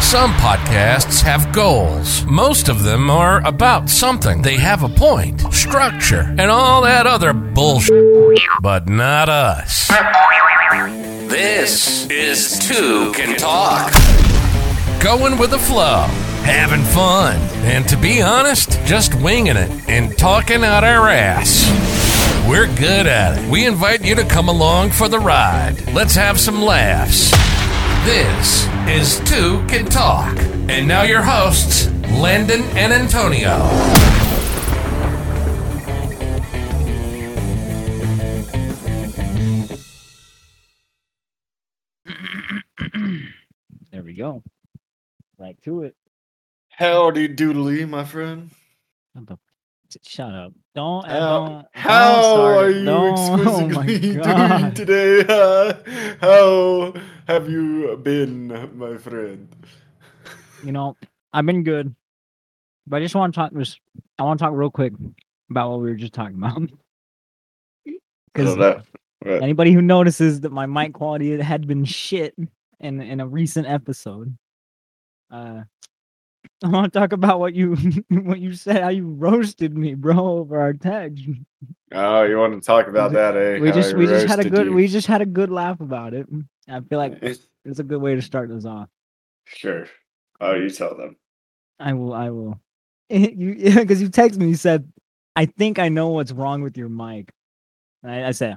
Some podcasts have goals. Most of them are about something. They have a point, structure, and all that other bullshit. But not us. This is Two Can Talk. Going with the flow, having fun, and to be honest, just winging it and talking out our ass. We're good at it. We invite you to come along for the ride. Let's have some laughs. This is Two Can Talk. And now your hosts, Landon and Antonio. There we go. Right to it. Howdy doodly, my friend. What the- t- Shut up. Don't ever. How, how are you Oh exquisitely doing today? huh? how have you been, my friend? You know, I've been good, but I just want to talk. Just, I want to talk real quick about what we were just talking about. Because Right. anybody who notices that my mic quality had been shit in in a recent episode, uh, I want to talk about what you what you said. How you roasted me, bro, over our text. Oh, you want to talk about We- that, eh? we How just I we just had a roasted good you. we just had a good laugh about it. I feel like it's a good way to start this off. sure. Oh, you tell them. I will I will. you because you texted me you said I think I know what's wrong with your mic. And I, I said,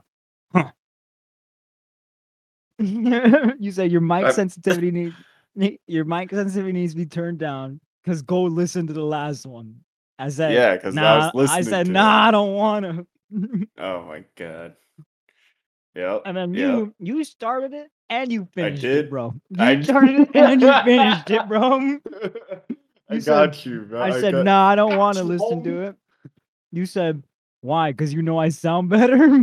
huh. you said your mic I- sensitivity needs ne- your mic sensitivity needs to be turned down because go listen to the last one. I said, yeah, because I nah, was listening. I said, to it. nah, I don't want to. Oh my god. Yep. And then yep. you you started it and you finished did. it, bro. You I d- started it and you finished it, bro. I you said- got you, man. I said, got- no, I don't want to listen to it. You said, why? Because you know I sound better.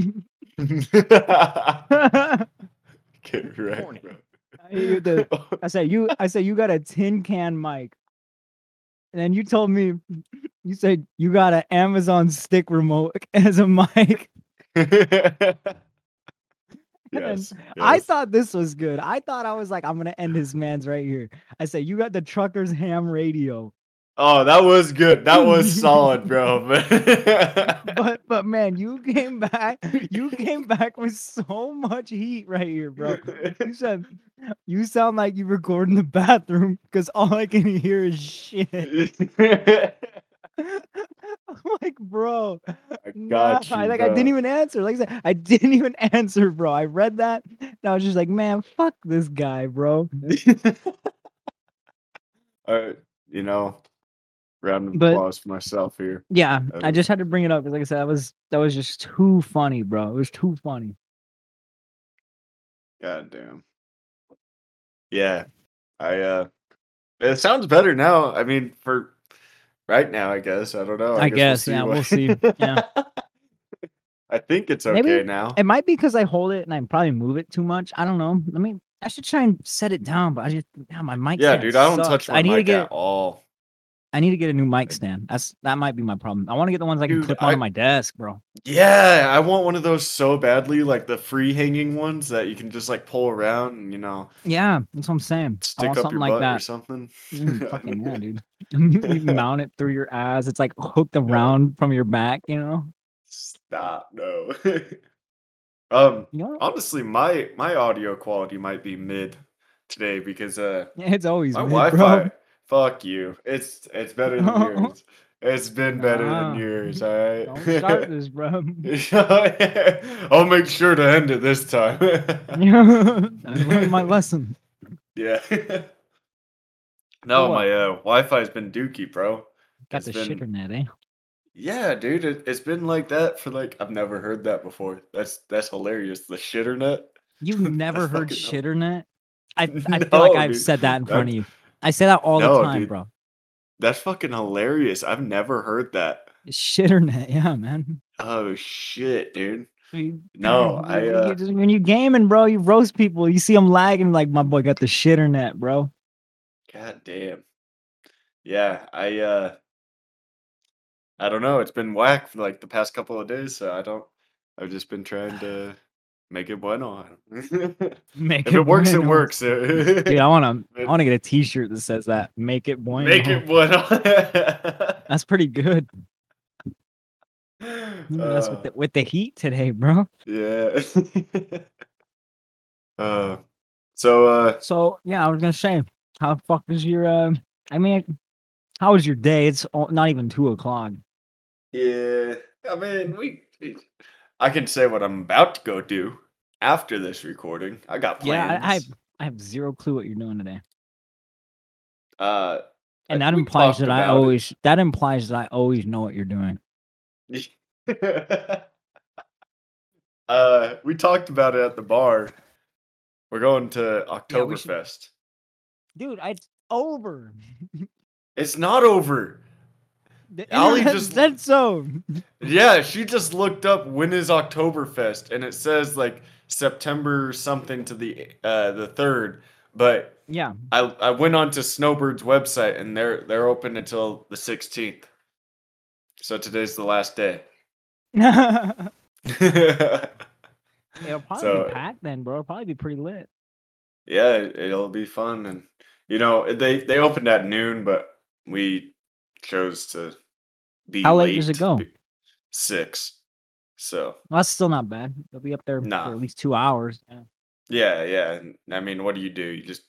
I, Get Corny. right, bro. you- the- I said you I said you got a tin can mic. And then you told me you said you got an Amazon stick remote as a mic. yes, I yes. thought this was good. I thought I was like, I'm gonna end his man's right here. I said, you got the trucker's ham radio. Oh, that was good. That was solid, bro. but but man, you came back. You came back with so much heat right here, bro. You said you sound like you record in the bathroom because all I can hear is shit. I'm like, bro, I nah, got you. like I didn't bro. even answer. Like I said, I didn't even answer, bro. I read that and I was just like, man, fuck this guy, bro. Uh, you know, round of But- applause for myself here. Yeah, I Uh, just had to bring it up because, like I said, that was that was just too funny, bro. It was too funny. God damn. Yeah. I uh it sounds better now. I mean for right now, I guess. I don't know. I guess, yeah, we'll see. Yeah. I think it's okay Maybe now. It might be because I hold it and I probably move it too much. I don't know. I mean, I should try and set it down, but I just yeah, my mic. Yeah, stand dude, I don't sucks. touch my I need mic to get. at all. I need to get a new mic stand. That's that might be my problem. I want to get the ones I can Dude, clip I- onto my desk, bro. Yeah, I want one of those so badly, like the free hanging ones that you can just like pull around and you know Yeah, that's what I'm saying. I stick want up your something butt like or that. something. Mm, fucking yeah, dude. you mount it through your ass. It's like hooked around from your back. You know. Stop, no. um You know. honestly my my audio quality might be mid today because uh It's always My mid, Wi-Fi. bro. Fuck you. It's it's better than yours. It's been better Nah. than yours. All right. Don't start this, bro. I'll make sure to end it this time. I learned my lesson. yeah. no, what? my uh, Wi-Fi's been dookie, bro. Got It's the been- shitter net, eh? Yeah, dude. It, it's been like that for like I've never heard that before. That's that's hilarious. The shitter net. You've never heard fucking shitternet? I, I feel like No, I've dude. said that in front That- of you. I say that all the No, time, dude. bro. That's fucking hilarious. I've never heard that. Shitternet, yeah, man. Oh shit, dude. You- No, you- I, you uh, just- when you gaming, bro, you roast people. You see them lagging, like my boy got the shitternet, bro. God damn. Yeah, I uh I don't know. It's been whack for like the past couple of days, so I don't I've just been trying to make it bueno. I don't- Make if it works, it win. works. Dude, I want to. I want to get a T-shirt that says that. Make it bueno. Make it bueno. That's pretty good. You know, Mm, That's Uh, with the, with the heat today, bro. Yeah. uh, so uh, So yeah, I was gonna say, how the fuck was your? Uh, I mean, how was your day? It's al- not even two o'clock. yeah, I mean, we. I can say what I'm about to go do after this recording. I got plans. Yeah, I, I have I have zero clue what you're doing today, Uh, I and that think we implies talked that I about it. always that implies that I always know what you're doing. uh, we talked about it at the bar. We're going to we should- Oktoberfest. Dude, I, it's over. It's not over. The Ollie internet just- said so. Yeah, she just looked up when is Oktoberfest, and it says like September something to the uh, the third. But Yeah, I I went on to Snowbird's website, and they're they're open until the sixteenth. So today's the last day. it'll probably So- be packed then, bro. It'll probably be pretty lit. yeah, it- it'll be fun, and you know they they opened at noon, but we chose to be. How late late does it go? be- Six. So Well, that's still not bad. They'll be up there Nah. for at least two hours. Yeah. Yeah, yeah. and- I mean, what do you do? You just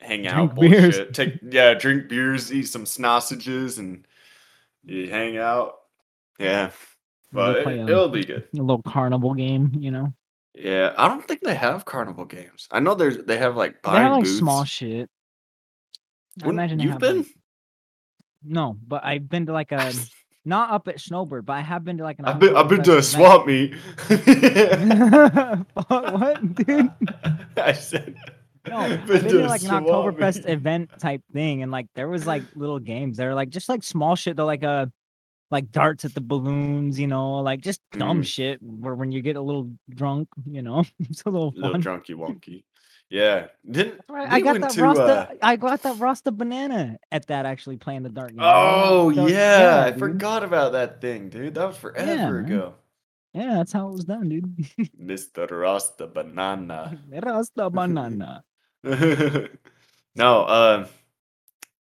hang out, Drink beers. bullshit. Take yeah, drink beers, eat some sausages, and you hang out. Yeah, We'll but it, play um, a- will be good. A little carnival game, you know. Yeah, I don't think they have carnival games. I know there's they have like They have buying like booths. small shit. I Wouldn't- imagine they you've have, like- been. No, but I've been to like a not up at Snowbird, but I have been to like an. I've been. I've been to a Oktoberfest event. swap meet. Fuck, what, dude? I said. No, I've I've been been to to a like an swap Oktoberfest meet. event type thing, and like there was like little games. There were like just like small shit. though, like uh like darts at the balloons, you know, like just dumb Mm. shit. Where when you get a little drunk, you know, it's a little Little fun. drunky wonky. Yeah. Didn't Right, we I got went that to, Rasta. uh, I got that Rasta banana at that actually playing the dart. game. Oh So- yeah, I dude. forgot about that thing, dude. That was forever man. ago. Yeah, that's how it was done, dude. Mr. Rasta Banana. Rasta banana. no, um,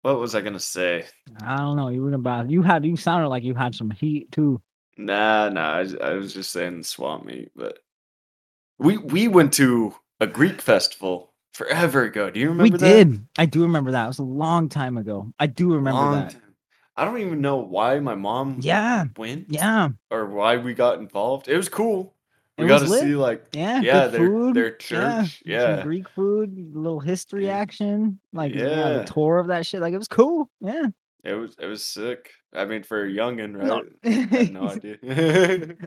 what was I gonna say? I don't know. You were about you had you sounded like you had some heat too. Nah, nah. I, was- I was just saying the swap meet, but we we went to a Greek festival forever ago. Do you remember? we that? did. I do remember that. It was a long time ago. I do remember Long that. time. I don't even know why my mom Yeah, went yeah. or why we got involved. It was cool. We It got was to lit. see like Yeah, yeah, good their food. their yeah, church. some Yeah. Greek food, little history Yeah. action, like yeah, Yeah. the tour of that shit. Like it was cool. Yeah, It was it was sick. I mean, for a youngin, right? No. I had no idea. I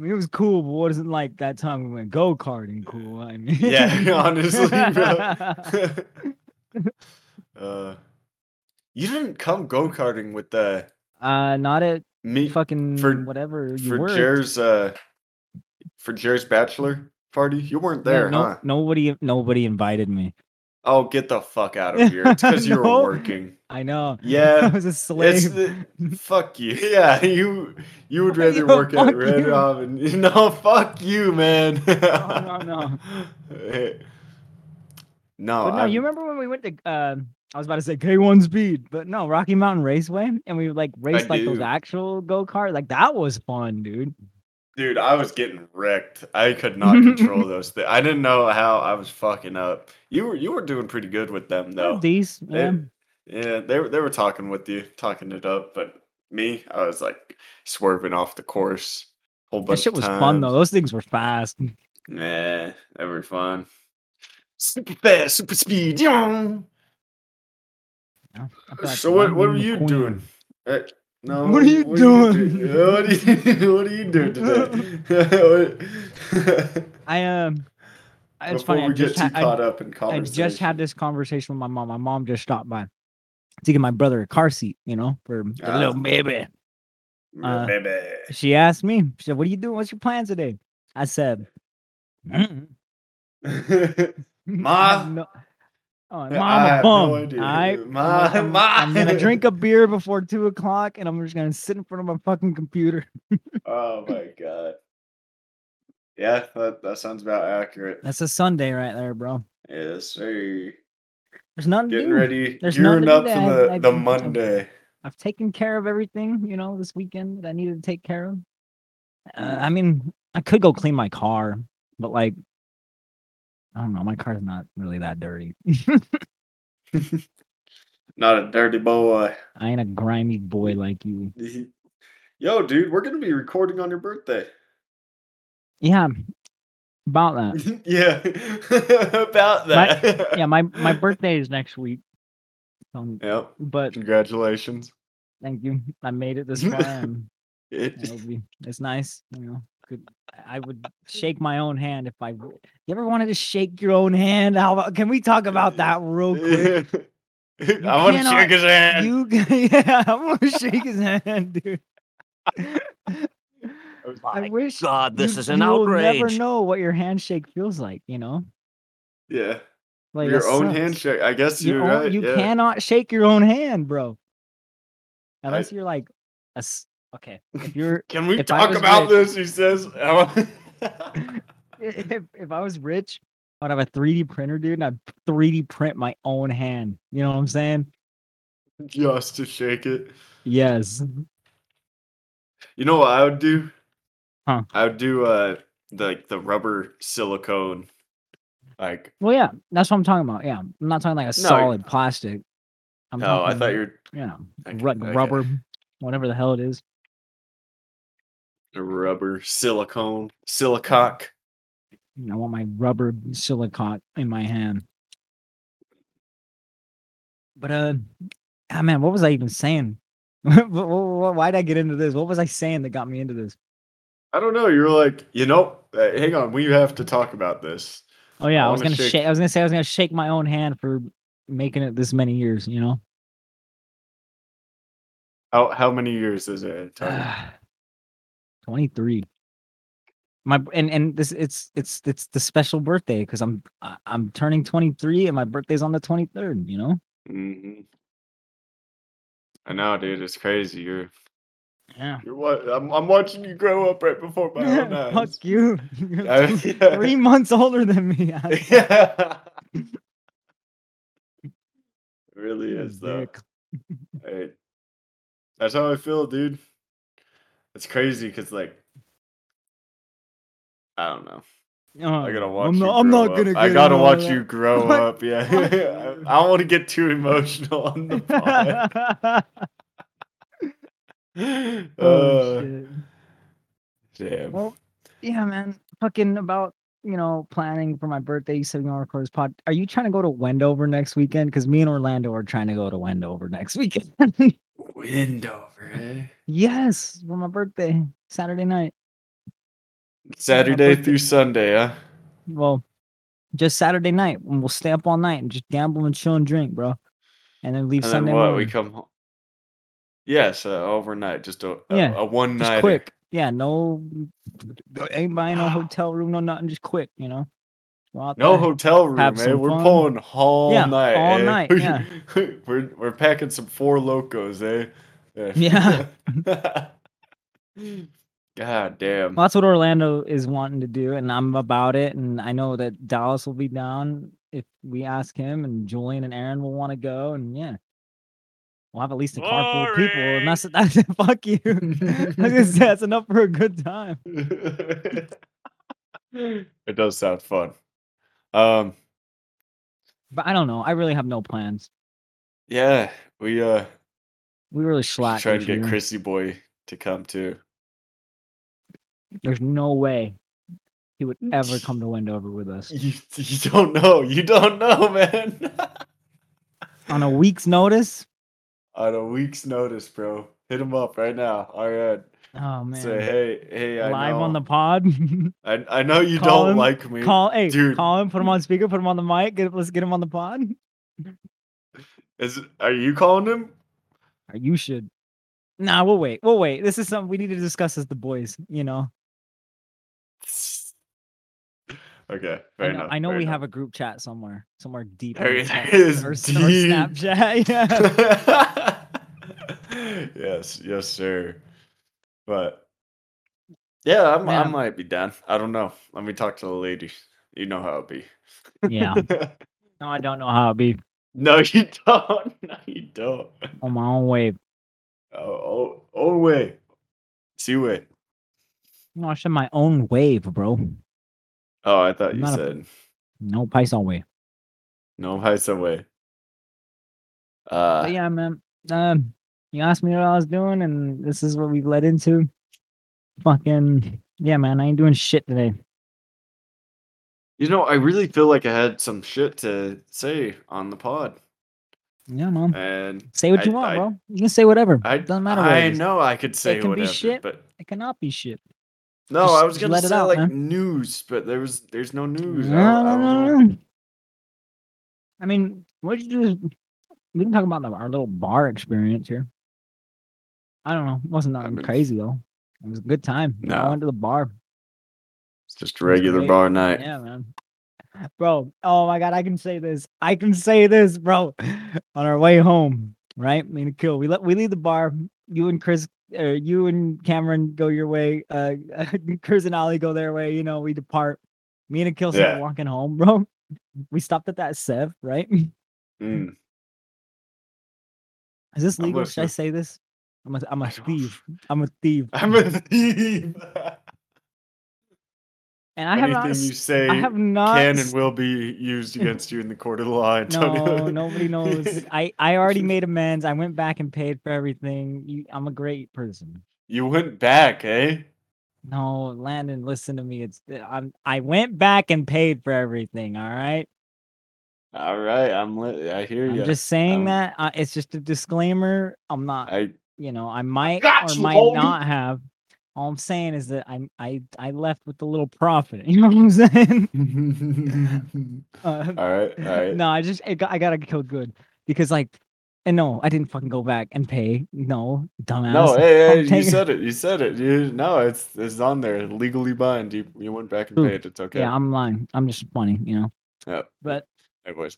mean, it was cool, but it wasn't like that time we went go karting cool. I mean, yeah, honestly, bro. uh, you didn't come go karting with uh, uh, not at me fucking for- whatever you for were. Jer's uh, for Jer's bachelor party. You weren't Yeah, there, no, huh? nobody, nobody invited me. Oh, get the fuck out of here! It's because you were No. working. I know. I Yeah, was a it's slave. the, fuck you. Yeah, you you would rather Yo, work at fuck Red you. Robin. No, fuck you, man. No, no, no. no, But no, I'm- you remember when we went to? Uh, I was about to say K1 Speed, but no, Rocky Mountain Raceway, and we like raced like those do. actual go kart. Like that was fun, dude. dude, I was getting wrecked. I could not control those things. I didn't know how I was fucking up. You were you were doing pretty good with them though. These, They- yeah. yeah, they were they were talking with you, talking it up, but me, I was like swerving off the course. Whole that bunch shit of was fun though. times. Those things were fast. Yeah, they were fun. Super fast, super speed. yum. I feel like So what what were Lightning you McQueen. doing? Eh, no, What are you doing? do- What are you, what are you doing today? I um, it's Before funny. I we get just, too had, I, caught up in I conversation. just had this conversation with my mom. My mom just stopped by to get my brother a car seat, you know, for the Ah. little baby. uh, baby. She asked me, she said, "What are you doing? What's your plans today?" I said, "Mm, I Ma? have no- Oh, Yeah, mom, I a have no bum. idea. I, Ma- I'm, ma. I'm gonna drink a beer before two o'clock, and I'm just gonna sit in front of my fucking computer. oh my god. Yeah, that, that sounds about accurate. That's a Sunday right there, bro. Yes, sir. There's nothing to Getting do. ready, There's nothing gearing to up do. for I've- the, I've the been- Monday. I've taken care of everything, you know, this weekend that I needed to take care of. Mm. Uh, I mean, I could go clean my car, but like, I don't know. My car's not really that dirty. Not a dirty boy. I ain't a grimy boy like you. Yo, dude, we're gonna be recording on your birthday. Yeah, about that. yeah, about My- that. Yeah, my my birthday is next week. Um, Yep. but Congratulations. thank you. I made it this far. and it'll be, it's nice. You know, good. I would shake my own hand if I. w- You ever wanted to shake your own hand? How about, can we talk about that real quick? I want to cannot- shake his hand. You, g- yeah, I want to shake his hand, dude. I wish God, this you- is an You will never outrage. know what your handshake feels like, you know. yeah, Like your that own sucks. handshake. I guess Your you're own- right. you yeah. cannot shake your own hand, bro. Unless you're like a s- okay. If you're Can we if I talk was about rich- this? He says. I want- if, if I was rich, I'd have a 3D printer, dude, and I'd 3D print my own hand. You know what I'm saying? Just to shake it. Yes. You know what I would do? Huh. I would do uh like the rubber silicone, like Well, yeah, that's what I'm talking about. Yeah, I'm not talking like a solid plastic. I'm no, oh, I talking, thought you were you know, okay, ru- okay. rubber, whatever the hell it is. The rubber silicone silicock. I want my rubber silicone in my hand. But uh, ah, man, what was I even saying? Wh- wh- wh- Why did I get into this? What was I saying that got me into this? I don't know. You're like, you know, uh, hang on, we have to talk about this. Oh yeah, I, I was wanna gonna shake. shake- I was gonna say I was gonna shake my own hand for making it this many years. You know, How how many years is it? Tyler? twenty three. My b- and and this it's it's it's the special birthday because I'm I- I'm turning twenty three and my birthday's on the twenty third. You know. Mhm. I know, dude. It's crazy. You're Yeah. you're what? I'm I'm watching you grow up right before my own Fuck eyes. you. You're I- th- Three months older than me. I- it really is though. Dick. I- that's how I feel, dude. It's crazy because like I don't know. I Uh, gotta watch. I'm you not, I'm grow not up. gonna. I get gotta into watch that. you grow What? up. Yeah, What? I don't want to get too emotional on the pod. oh Uh, shit. damn. Well, yeah, man. Fucking about you know planning for my birthday. You said we gonna record this pod. Are you trying to go to Wendover next weekend? Because me and Orlando are trying to go to Wendover next weekend. Windover. Eh? yes, for my birthday, Saturday night. Saturday birthday. through Sunday, huh? Well, just Saturday night, and we'll stay up all night and just gamble and chill and drink, bro. And then leave And Sunday then what? We morning. come home. Yes, uh, overnight, just a, a, Yeah, a one just night. quick. Yeah, no, ain't buying no hotel room, no nothing. Just quick, you know. Go out No there. hotel room, uh, Have man. some We're fun. pulling all Yeah, night. all eh? night, yeah. we're we're packing some four locos, eh? Yeah. God damn. Well, that's what Orlando is wanting to do, and I'm about it. And I know that Dallas will be down if we ask him, and Julian and Aaron will want to go, and yeah, we'll have at least a car full of people. And that's that's fuck you. I was gonna say, that's enough for a good time. it does sound fun. Um, But I don't know. I really have no plans. yeah, we uh We really we should slack. try to this get year. Chrissy Boy to come too. There's no way he would ever come to Wendover with us You, you don't know, you don't know, man. on a week's notice. On a week's notice, bro. Hit him up right now. All right. Oh man, Say hey, hey, I live know, on the pod. I, I know you Call don't him, like me. call hey, dude. call him. Put him on speaker. Put him on the mic. Get, let's get him on the pod. Is are you calling him? Or Uh, you should. Nah, we'll wait. We'll wait. This is something we need to discuss as the boys. You know, Okay, I fair know, enough. I know we have a group chat somewhere, somewhere deep. in There the it chat- is, or, s- or deep. Snapchat. Yeah. yes, yes, sir. But yeah, I'm, I Man. might be done. I don't know. Let me talk to the lady. You know how it be. Ah. yeah. No, I don't know how it be. No, you don't. No, you don't. On my own way. Oh, oh, oh way. See way. No, I said my own wave, bro. Oh, I thought I'm you not a- said No Python way. no high subway. But Uh, yeah, man. Um, you asked me what I was doing, and this is what we led into. Fucking yeah, man. I ain't doing shit today. you know, I really feel like I had some shit to say on the pod, Yeah, man. and Say what I- you want, I- bro. You can say whatever. I Hmm. Doesn't matter. What I it is. know I could say can be whatever, shit. but It cannot be shit. no, Just I was gonna let it say out, like man. news, but there was there's no news. I No, don't- I no, don't no, know. no. Um, I mean, what did you do? is- We can talk about the, our little bar experience here. I don't know. It wasn't I nothing mean- crazy though. It was a good time. I Nah. went to the bar. It's just regular great. bar night. Yeah, man. Bro, oh my god, I can say this. I can say this, bro. On our way home, right? Me and Kill. We let we leave the bar. You and Chris or you and Cameron go your way. Uh Chris and Ollie go their way. You know, we depart. Me and Kill start Yeah. walking home, bro. We stopped at that Sev, right? Is Mm. this I'm legal? Should I listening. say this? I'm a I'm a I don't- thief. I'm a thief. I'm a thief. And I have not Anything you s- say I have not can s- and will be used against you in the court of the law. Antonio. No, nobody knows. I, I already made amends. I went back and paid for everything. You, I'm a great person. you went back, eh? No, Landon, listen to me. It's uh, I'm I went back and paid for everything. All right. All right, I'm. Li- I hear I'm you. just saying um, that. Uh, it's just a disclaimer. I'm not. I you know, I might got or you, might homie. not have. All I'm saying is that I'm I I left with a little profit. You know what I'm saying? Uh, all right, all right. No, I just it got, I gotta go good because like, and no, I didn't fucking go back and pay. No, dumbass. No, hey, hey, I'm you taking- said it. You said it. You no, it's it's on there. Legally bind. You you went back and Ooh, paid. It's okay. Yeah, I'm lying. I'm just funny, you know. Yeah. But It was.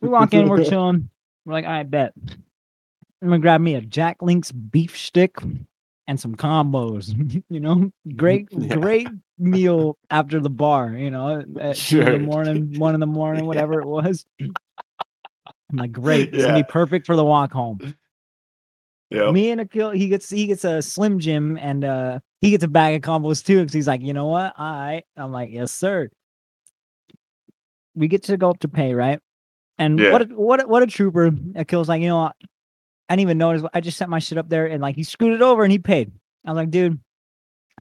we walk in, we're chilling. We're like, all right, bet. I'm gonna grab me a Jack Link's beef stick and some combos. you know, great, Yeah. great meal after the bar. You know, at two in the Sure. morning, one in the morning, whatever it was. I'm like, great. It's gonna Yeah. be perfect for the walk home. Yeah. Me and Akil, he gets he gets a Slim Jim and uh he gets a bag of combos too. Cause he's like, you know what? All right. I'm like, yes, sir. We get to go up to pay, right? And Yeah. what a, what a, what a trooper! Akil's like, you know what? I didn't even notice. I just set my shit up there, and like he screwed it over, and he paid. I was like, dude,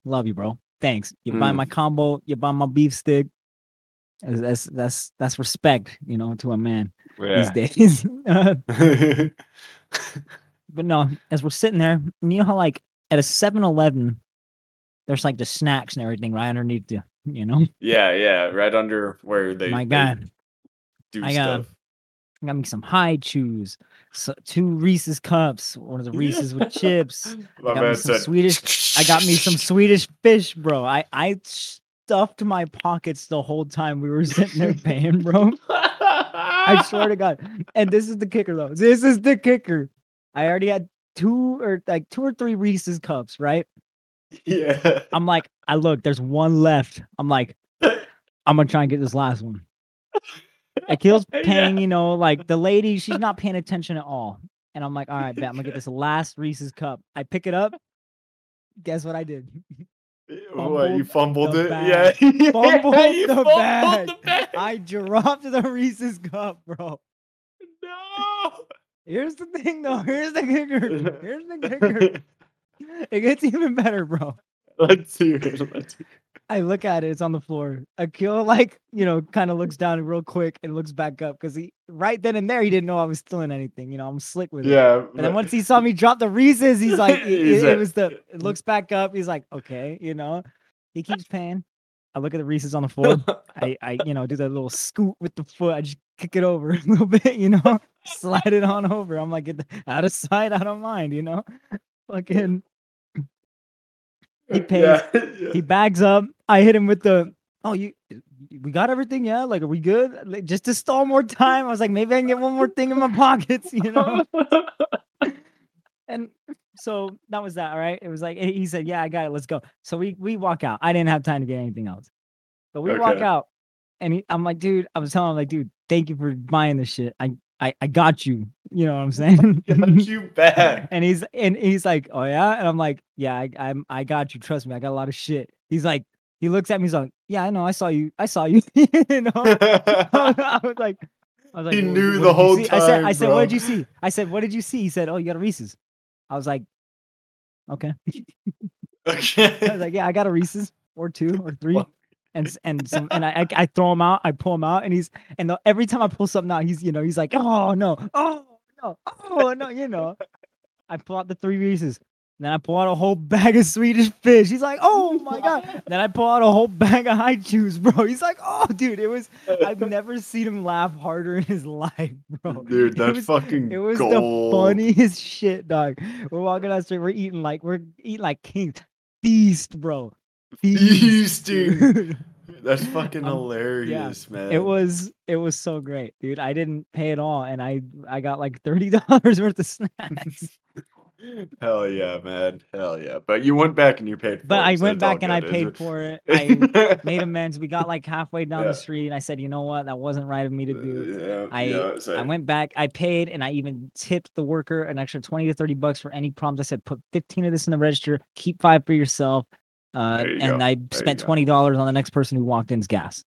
love you, bro. Thanks. You buy Mm. my combo. You buy my beef stick. That's that's that's, that's respect, you know, to a man Yeah. these days. Uh, yeah. but no, as we're sitting there, and you know how like at a 7-Eleven, there's like the snacks and everything right underneath you, you know? Yeah. Right under where they. My they God. Do I got stuff. 'em. I got me some high chews, so, two Reese's cups, one of the Reese's with chips. My got me man some said. Swedish- I got me some Swedish fish, bro. I I stuffed my pockets the whole time we were sitting there paying, bro. I I swear to God. And this is the kicker, though. This is the kicker. I already had two or like two or three Reese's cups, right? Yeah. I'm like, I look, there's one left. I'm like, I'm gonna try and get this last one. Akil's Yeah. paying, you know, like the lady, she's not paying attention at all. And I'm like, all right, bet I'm gonna get this last Reese's cup. I pick it up. Guess what I did? what you fumbled fumbled the it? bag. Yeah. Yeah, Fumbled you the fumbled bag. the bag. I dropped the Reese's cup, bro. no. Here's the thing though. Here's the kicker. Here's the kicker. It gets even better, bro. Let's see. it, Let's see. I look at it, it's on the floor. Akil, like, you know, kind of looks Mm. down real quick and looks back up because he, right then and there, he didn't know I was stealing anything. You know, I'm slick with it. Yeah. And then once he saw me drop the Reese's, he's like, it, it- it He's like- "Mm." was the, it looks back up. He's like, okay, you know, he keeps paying. I look at the Reese's on the floor. I, I, you know, do that little scoot with the foot. I just kick it over a little bit, you know, slide it on over. I'm like, get the, out of sight, out of mind, you know, fucking. he pays. Uh, Yeah, yeah. He bags up. I hit him with the oh you we got everything, yeah. Like, are we good? Like, just to stall more time, I was like, maybe I can get one more thing in my pockets, you know. And so that was that. All right. It was like he said, yeah, I got it. Let's go. So we we walk out. I didn't have time to get anything else, but we walk Okay. out, and he, I'm like, dude, I was telling him like, dude, thank you for buying this shit. I I, I got you. You know what I'm saying? Got you back. and he's and he's like, oh yeah, and I'm like, yeah, I, I'm I got you. Trust me, I got a lot of shit. He's like, he looks at me. He's like, yeah, I know, I saw you, I saw you. you know, I was like, I was like, He "What- knew what the did you whole see?" I said, I time, said, what did bro. you see? I said, what did you see? He said, oh, you got a Reese's. I was like, okay. I was okay. like, yeah, I got a Reese's or two or three. What? And s- and some and I I I throw him out, I pull him out, and he's and the, every time I pull something out, he's you know he's like oh no oh no oh no you know, I pull out the three Reese's, then I pull out a whole bag of Swedish fish. He's like oh my god, then I pull out a whole bag of high juice, bro. He's like oh dude, it was I've never seen him laugh harder in his life, bro. Dude, It that was- fucking it was gold. the funniest shit, dog. We're walking down the street. We're eating like we're eating like kings. Feast, bro. Feasting. That's fucking Um, yeah, hilarious, man. it was it was so great, dude. I didn't pay at all, and I I got like thirty dollars worth of snacks. Hell yeah, man. Hell yeah. But you went back and you paid for But it. I so went it's all back and I good. paid It's- for it. I made amends. We got like halfway down Yeah. the street, and I said, you know what, that wasn't right of me to do. Yeah, I- yeah, so- I went back, I paid, and I even tipped the worker an extra 20 to 30 bucks for any prompts. I said, put 15 of this in the register, keep five for yourself. Uh, There you and go. I you spent go. $20 on the next person who walked in's gas.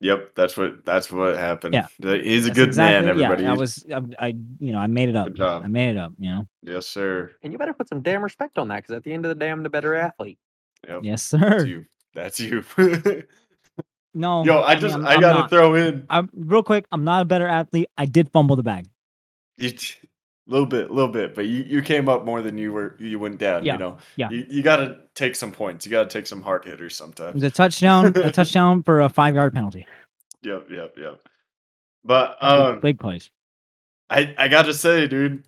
Yep, that's what that's what happened. Yeah. Th- He's a That's good man, exactly- everybody. Yeah, I He's- was, um, I, I, you know, I made it up. good job. I made it up, you know. Yes, sir. And you better put some damn respect on that because at the end of the day, I'm the better athlete. Yep. Yes, That's sir. you. That's you. No. Yo, I Oh mean, just I'm- I I'm gotta not. throw in I'm real quick. I'm not a better athlete. I did fumble the bag. a little bit, little bit, but you, you came up more than you were you went down, Yeah, you know. yeah. You, you gotta take some points. You gotta take some hard hitters It sometimes. was a touchdown, a touchdown for a five yard penalty. Mm-hmm. Yep, yep, yep. But Big- um Big plays. I, I gotta say, dude,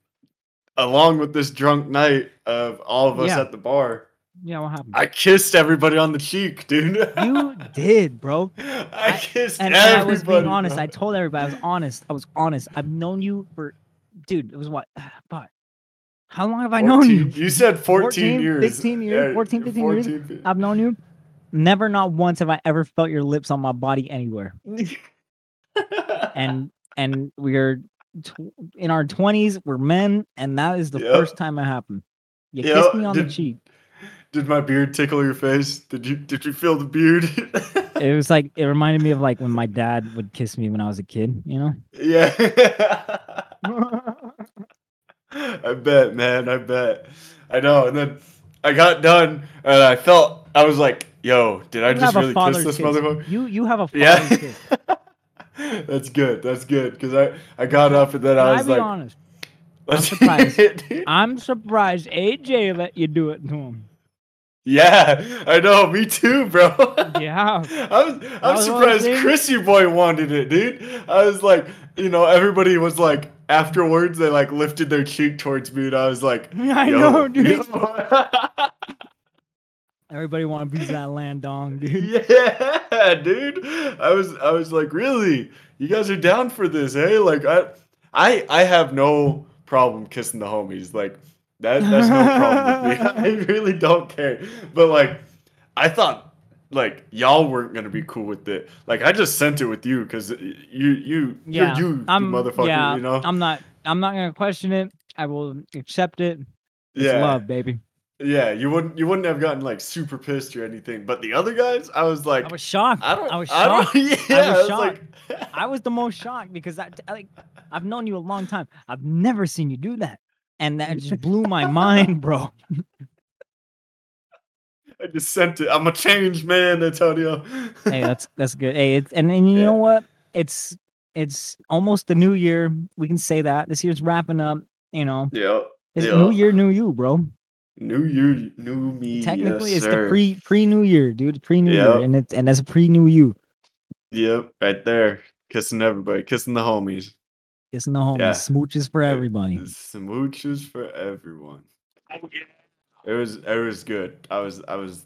along with this drunk night of all of us Yeah. at the bar, Yeah, what happened? I kissed everybody on the cheek, dude. you did, bro. I I- kissed and, and everybody. I was being honest. bro. I told everybody I was honest. I was honest. I've known you for, dude. It was what, but how long have I known 14 you? You said 14, 14, years. 15 years, 14, 15 years. I've known you. Never, not once have I ever felt your lips on my body anywhere. And and we're tw- in our twenties. We're men, and that is the Yeah. first time it happened. You Yeah, kissed me on did- the cheek. did my beard tickle your face? Did you did you feel the beard? It was like it reminded me of like when my dad would kiss me when I was a kid. You know. yeah. I bet, man. I bet. I know. And then I got done, and I felt I was like, "Yo, did I You just have a really kiss father's this kiss. motherfucker?" You you have a father's Yeah. kiss. That's good. That's good. Because I I got up, and then Can I I, was be like, honest? "Let's I'm surprised. hear it, dude." I'm surprised AJ let you do it to him. Yeah, I know. Me too, bro. Yeah. I was, I I'm was surprised wondering. Chrissy boy wanted it, dude. I was like, you know, everybody was like, afterwards they like lifted their cheek towards me, and I was like, I "Yo, know, dude. yo." Everybody want to be that Landong, dude. yeah, dude. I was I was like, really? You guys are down for this, hey? Like I I I have no problem kissing the homies. Like that that's no problem with me. I really don't care. But like I thought like y'all weren't gonna be cool with it. Like I just sent it with you because you you Yeah, you're you, you I'm motherfucker, yeah, you know? I'm not. I'm not gonna question it. I will accept it. It's yeah. love, baby. Yeah, you wouldn't you wouldn't have gotten like super pissed or anything. But the other guys, I was like I was shocked. I don't I was don't- shocked. yeah, I was like I was the most shocked because I, I like I've known you a long time. I've never seen you do that, and that just blew my mind, bro. I just sent it. I'm a changed man, Antonio. hey, that's that's good. Hey, it's and, and you Yeah. know what? It's it's almost the new year. We can say that this year's wrapping up. You know, yeah. it's new Yeah. year, new you, bro. New you, new me. Technically, yes, it's sir. the pre pre new year, dude. Pre new year, Yep. and it's and that's a pre new you. Yep, right there. Kissing everybody, kissing the homies. It's in the home. Yeah. Smooches for Yeah. everybody. Smooches for everyone. It was it was good. I was I was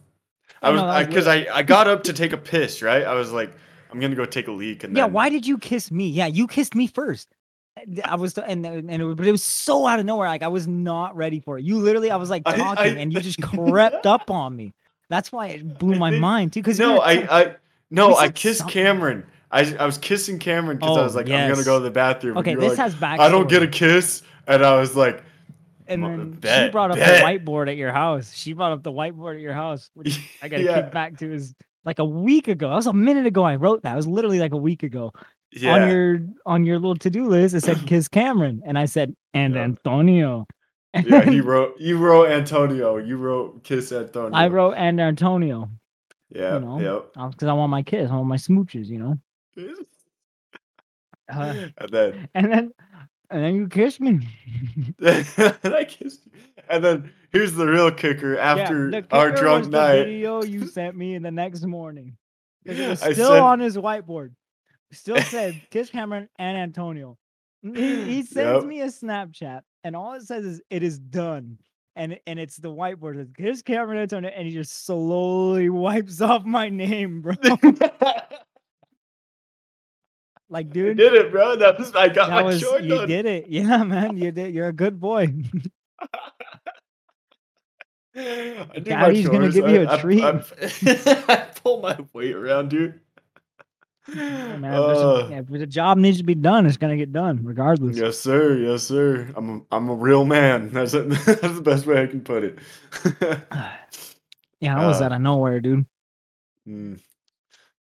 I Oh, was no, that was because I, I got up to take a piss. Right, I was like, I'm gonna go take a leak. And Yeah, then- why did you kiss me? Yeah, you kissed me first. I- th- I was and and it, was- but it was so out of nowhere. Like I was not ready for it. You literally, I was like I- talking, I- and you just crept up on me. That's why it blew I my think- mind too. Because No, I I no we I said kissed something. Cameron. I, I was kissing Cameron because I Oh, was like, I'm yes. gonna go to the bathroom. and Okay, you were this like, has back. I don't get a kiss, and I was like, And Well, then she bet, brought up bet. the whiteboard at your house. She brought up the whiteboard at your house, which I got to Yeah. kick back to is like a week ago. That was a minute ago. I wrote that. It was literally like a week ago yeah, on your on your little to do list. It said kiss Cameron, and I said and Yeah. Antonio. yeah. He wrote, you wrote Antonio, you wrote kiss Antonio. I wrote and Antonio yeah, you know. because I want my kiss. I want my smooches. You know. yep. Uh, and then and then and then you kissed me. and I kissed you. And then here's the real kicker. Yeah, After the our kicker drunk was the night, video you sent me in the next morning. 'Cause it was I still said- on his whiteboard. Still said kiss Cameron and Antonio. He, he sends Yep. me a Snapchat, and all it says is "it is done," and and it's the whiteboard. It says, kiss Cameron and Antonio, and he just slowly wipes off my name, bro. like, I dude, did it, bro. That was I got that my was short you done. did it. Yeah, man, you did. You're a good boy. I do my Daddy's gonna chores. give you a I- I- treat. I, I pull my weight around, dude. Yeah, man, there's a- Uh, yeah, if the job needs to be done, it's gonna get done regardless. Yes, sir. Yes, sir. I'm a, I'm a real man. That's it. that's the best way I can put it. Yeah, I was Uh, out of nowhere, dude. Mm.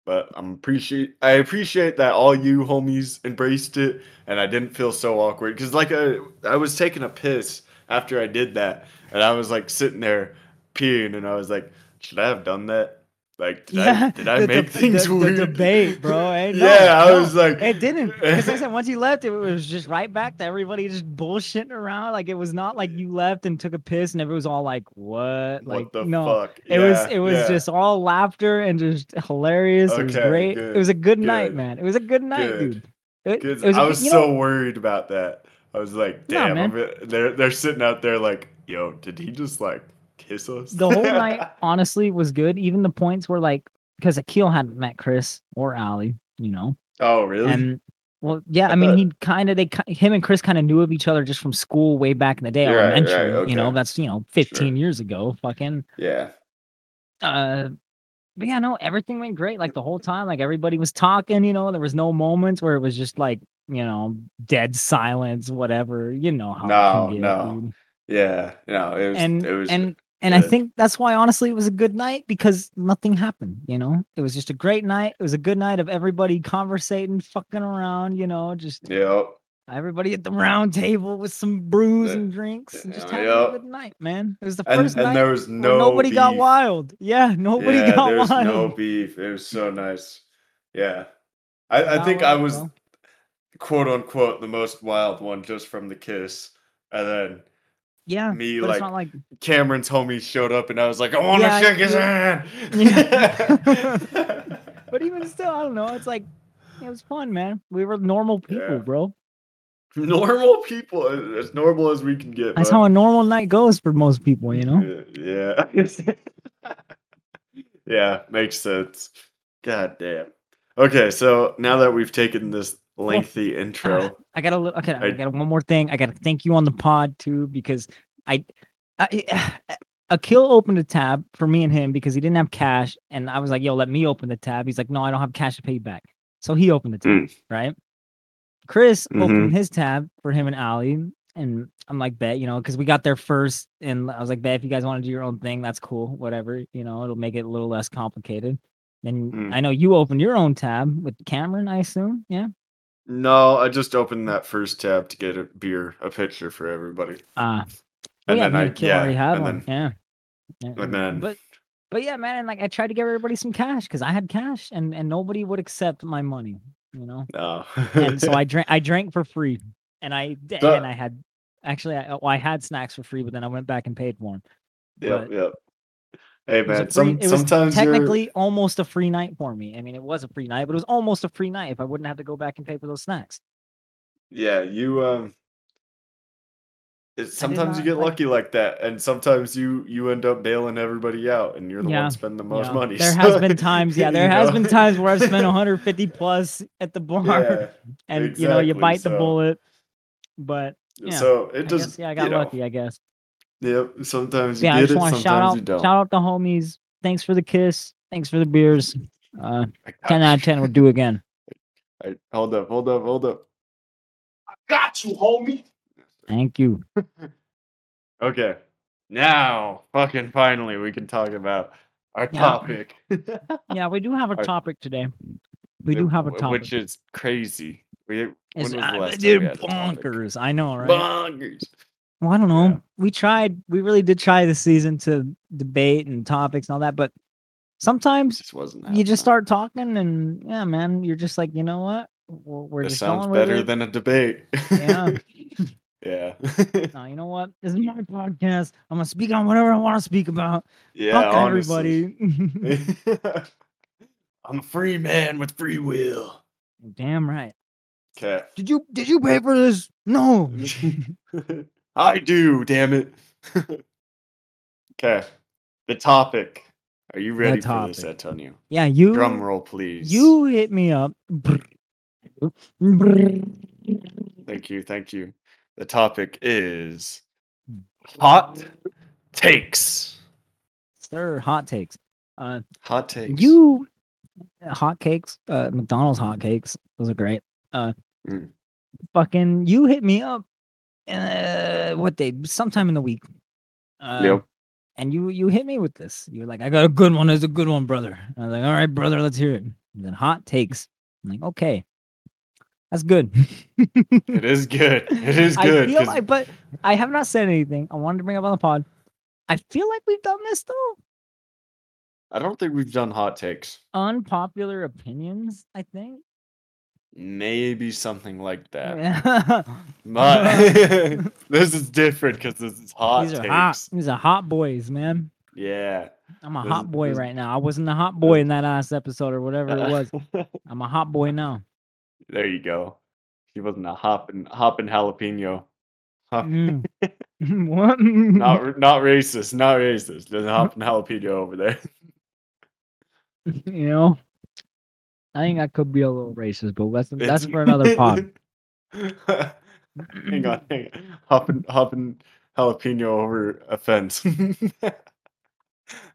But I'm appreciate I appreciate that all you homies embraced it, and I didn't feel so awkward because like I I was taking a piss after I did that, and I was like sitting there peeing, and I was like, should I have done that? Like, did I did I the make deb- things the, weird? The debate, bro. eh? No, yeah, I no, was like, It didn't. Because I said once you left, it was just right back to everybody just bullshitting around. Like it was not like you left and took a piss and everyone was all like, "What?" Like what the no. fuck? It was Yeah, it was yeah, just all laughter and just hilarious. it was Okay, great. good, it was a good, night, good, man. It was a good night, good, dude. It, good. it was a I good- was you so know, worried about that. I was like, Nah, damn, man. I'm re- they're they're sitting out there like, yo, did he just like kiss us? the whole night honestly was good. Even the points were like because Akil hadn't met Chris or Allie, you know. Oh, really? And well, yeah, I I mean, bet. he kind of they ki- him and Chris kind of knew of each other just from school way back in the day, Right, right, elementary. You know, okay. that's you know, fifteen years ago, fucking. yeah. Uh, but yeah, no, everything went great. Like the whole time, like everybody was talking. You know, there was no moments where it was just like you know dead silence, whatever. You know how No, it can get, no. dude. Yeah. No, it was and it was and and I good. think that's why honestly it was a good night because nothing happened, you know. It was just a great night. It was a good night of everybody conversating, fucking around, you know, just yeah. everybody at the round table with some brews Yeah. and drinks and just having Yeah. a good night, man. It was the And first and night there was where no nobody beef. got wild. Yeah, nobody yeah, got there was wild. no beef. It was so nice. Yeah. I, I Got think I wild, was bro. quote unquote the most wild one just from the kiss. And then yeah. me But it's like not like Cameron's homie showed up and I was like, I wanna Yeah, shake his you- hand. Yeah. but even still, I don't know. It's like it was fun, man. We were normal people, Yeah. bro. normal people as, as normal as we can get. That's bud. how a normal night goes for most people, you know. Yeah. Yeah. Yeah, makes sense. God damn. Okay, so now that we've taken this lengthy intro, I gotta look. Okay, I, I- gotta one more thing. I gotta thank you on the pod too because I, I Akil opened a tab for me and him because he didn't have cash, and I was like, "Yo, let me open the tab." He's like, "No, I don't have cash to pay you back." So he opened the tab, right? Chris opened his tab for him and Ali, and I'm like, "Bet," you know, because we got there first, and I was like, "Bet," if you guys want to do your own thing, that's cool. Whatever, you know, it'll make it a little less complicated. Then Mm. I know you opened your own tab with Cameron, I assume. Yeah. no, I just opened that first tab to get a beer, a picture for everybody. Uh, And yeah, then I, Kid yeah, already had and one. then Yeah. yeah. and then- but but yeah, man, and like I tried to give everybody some cash because I had cash and and nobody would accept my money, you know. no. And so I drank I drank for free, and I d- So- and I had actually I, well, I had snacks for free, but then I went back and paid for them. yep, but- yep. Hey It was a man, some free- it was sometimes you're- Technically, almost a free night for me. I mean, it was a free night, but it was almost a free night if I wouldn't have to go back and pay for those snacks. yeah, you um it's sometimes you not get like- lucky like that, and sometimes you you end up bailing everybody out, and you're the Yeah, one spending the most Yeah. money. There so- has been times, yeah, there you has know? been times where I've spent 150 plus at the bar, Yeah. and you know you exactly, bite the so- bullet, but. Yeah, So it I just guess, yeah, I got you know, lucky, I guess. Yep. Sometimes you Yeah, I get just it. want to Sometimes shout out, you don't. shout out the homies. Thanks for the kiss. Thanks for the beers. Uh, I got ten out of ten would do again. I hold up, hold up, hold up. Got you, homie. Thank you. Okay. Now, fucking finally, we can talk about our Yeah. topic. Yeah, we do have a Alright. topic today. We do have a Wh- topic. Which is crazy. We, when was It's the uh, last time dude, we had a topic? bonkers. I know, right? Bonkers. Well, I don't know. Yeah. We tried. We really did try this season to debate and topics and all that, but sometimes Just wasn't you just start happening. talking, and yeah, man, you're just like, you know what? We're, we're This just sounds going with better it. than a debate. Yeah. yeah. No, you know what? This is my podcast. I'm gonna speak on whatever I want to speak about. yeah. Fuck honestly. everybody. I'm a free man with free will. Damn right. Okay. Did you did you pay for this? No. I do, damn it. okay. The topic. Are you ready for this, topic. Antonio? Yeah, you Drum roll, please. you hit me up. Thank you. Thank you. The topic is Mm. hot takes. Sir, hot takes. Uh, Hot takes. you hot cakes, uh, McDonald's hot cakes. Those are great. Uh, Mm. fucking, you hit me up. Uh, what day? Sometime in the week. Uh, Yep. and you you hit me with this. You're like, I got a good one. It's a good one, brother. And I was like, all right, brother, let's hear it. And then hot takes. I'm like, okay, that's good. It is good. It is I good. feel 'cause- like, but I have not said anything. I wanted to bring up on the pod. I feel like we've done this though. I don't think we've done hot takes. Unpopular opinions, I think. Maybe something like that. Yeah. But this is different because this is hot These are takes. hot. These are hot boys, man. Yeah. I'm a This- hot boy this- right now. I wasn't a hot boy in that last episode or whatever it was. I'm a hot boy now. There you go. He wasn't a hopping hopping jalapeno. Hop- Mm. what? Not r- not racist. Not racist. There's a hopping jalapeno over there. you know. I think I could be a little racist, but that's that's for another pod. hang on, hang on. Hopping hopping jalapeno over a fence. that,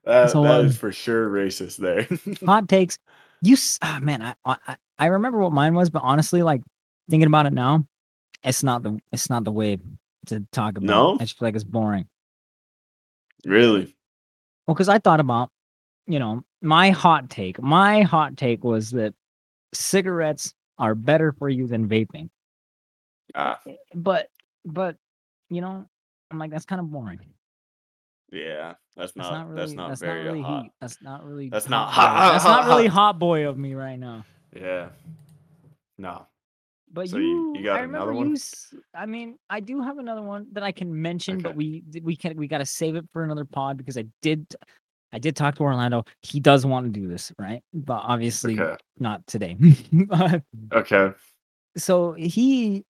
a that lot. is for sure racist there. hot takes. You, s- ah man, I, I I- I remember what mine was, but honestly, like thinking about it now, it's not the it's not the way to talk about. No? it. I just feel like it's boring. really? Well, because I thought about, you know, my hot take. My hot take was that cigarettes are better for you than vaping. Ah. But but you know, I'm like that's kind of boring. Yeah. That's That's not, not really Uh, that's not that's not very really hot. heat. That's not really That's not boy. hot, That's hot, not really hot. hot boy of me right now. Yeah. No. But So you- you, you got I remember another you one? s- I mean, I do have another one that I can mention, but Okay. we we can we got to save it for another pod because I did, I did talk to Orlando. He does want to do this, right? But obviously Okay. not today. But- Okay. so he,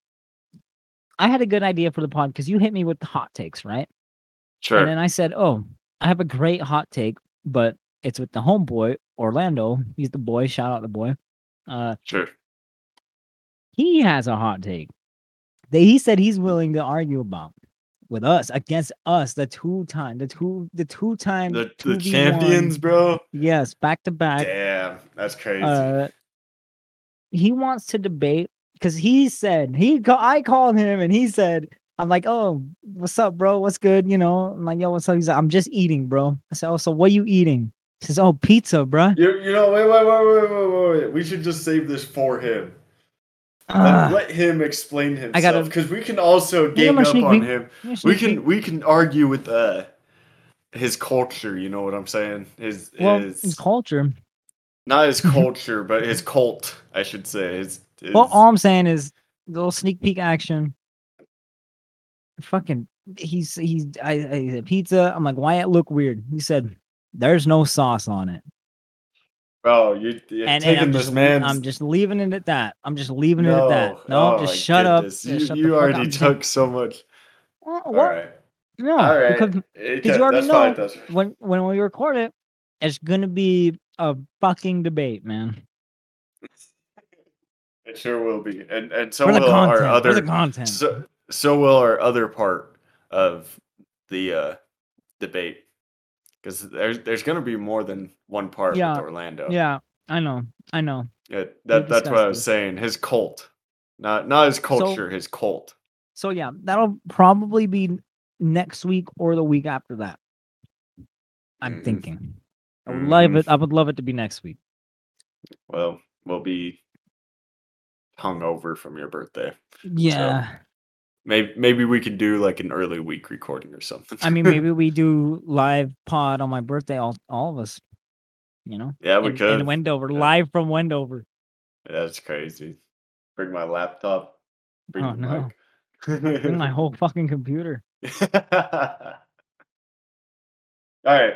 I had a good idea for the pod because you hit me with the hot takes, right? Sure. And then I said, "Oh, I have a great hot take, but it's with the homeboy Orlando. He's the boy. Shout out the boy. Uh, sure. he has a hot take that he said he's willing to argue about with us against us the two time the two the two time The, the 2v1, champions, bro. yes back to back Damn, that's crazy. uh he wants to debate because he said he ca- i called him and he said i'm like oh what's up bro what's good you know i'm like yo what's up he's like i'm just eating bro i said oh so what you eating he says oh pizza bro you, you know, wait, wait, wait, wait, wait, wait, wait. We should just save this for him. Uh, Let, let him explain I gotta- himself because we can also gang my up sneak on peek. him. We can we can argue with uh his culture. You know what I'm saying? His well in his culture not his culture, but his cult. I should say. His, his Well, all I'm saying is little sneak peek action. Fucking, he's he's I, I said, pizza. I'm like, why it look weird? He said, "There's no sauce on it," bro, you, you're and, and taking I'm this just man's. I'm just leaving it at that. I'm just leaving it at that. No, oh just my shut up. goodness. Yeah, You, shut the you fuck already up. took so much. Well, All what? right. No, All right. because Okay, you already that's fine, know that's fine. when when we record it, it's gonna be a fucking debate, man. It sure will be, and and so for the will content, our for the other content. so, so will our other part of the uh, debate because there's there's going to be more than one part Yeah, with Orlando. yeah, I know, I know. Yeah, that that's what I was disgusting. saying. His cult, not not his culture, his cult. So yeah, that'll probably be n- next week or the week after that. I'm Mm. thinking. I would love Mm. it. I would love it to be next week. Well, we'll be hung over from your birthday. Yeah. Maybe maybe we could do like an early week recording or something. I mean, maybe we do live pod on my birthday. All all of us. You know, yeah, we in, could. in Wendover, Yeah. live from Wendover. That's crazy. Bring my laptop. Bring Oh, the no. mic. Bring my whole fucking computer. All right.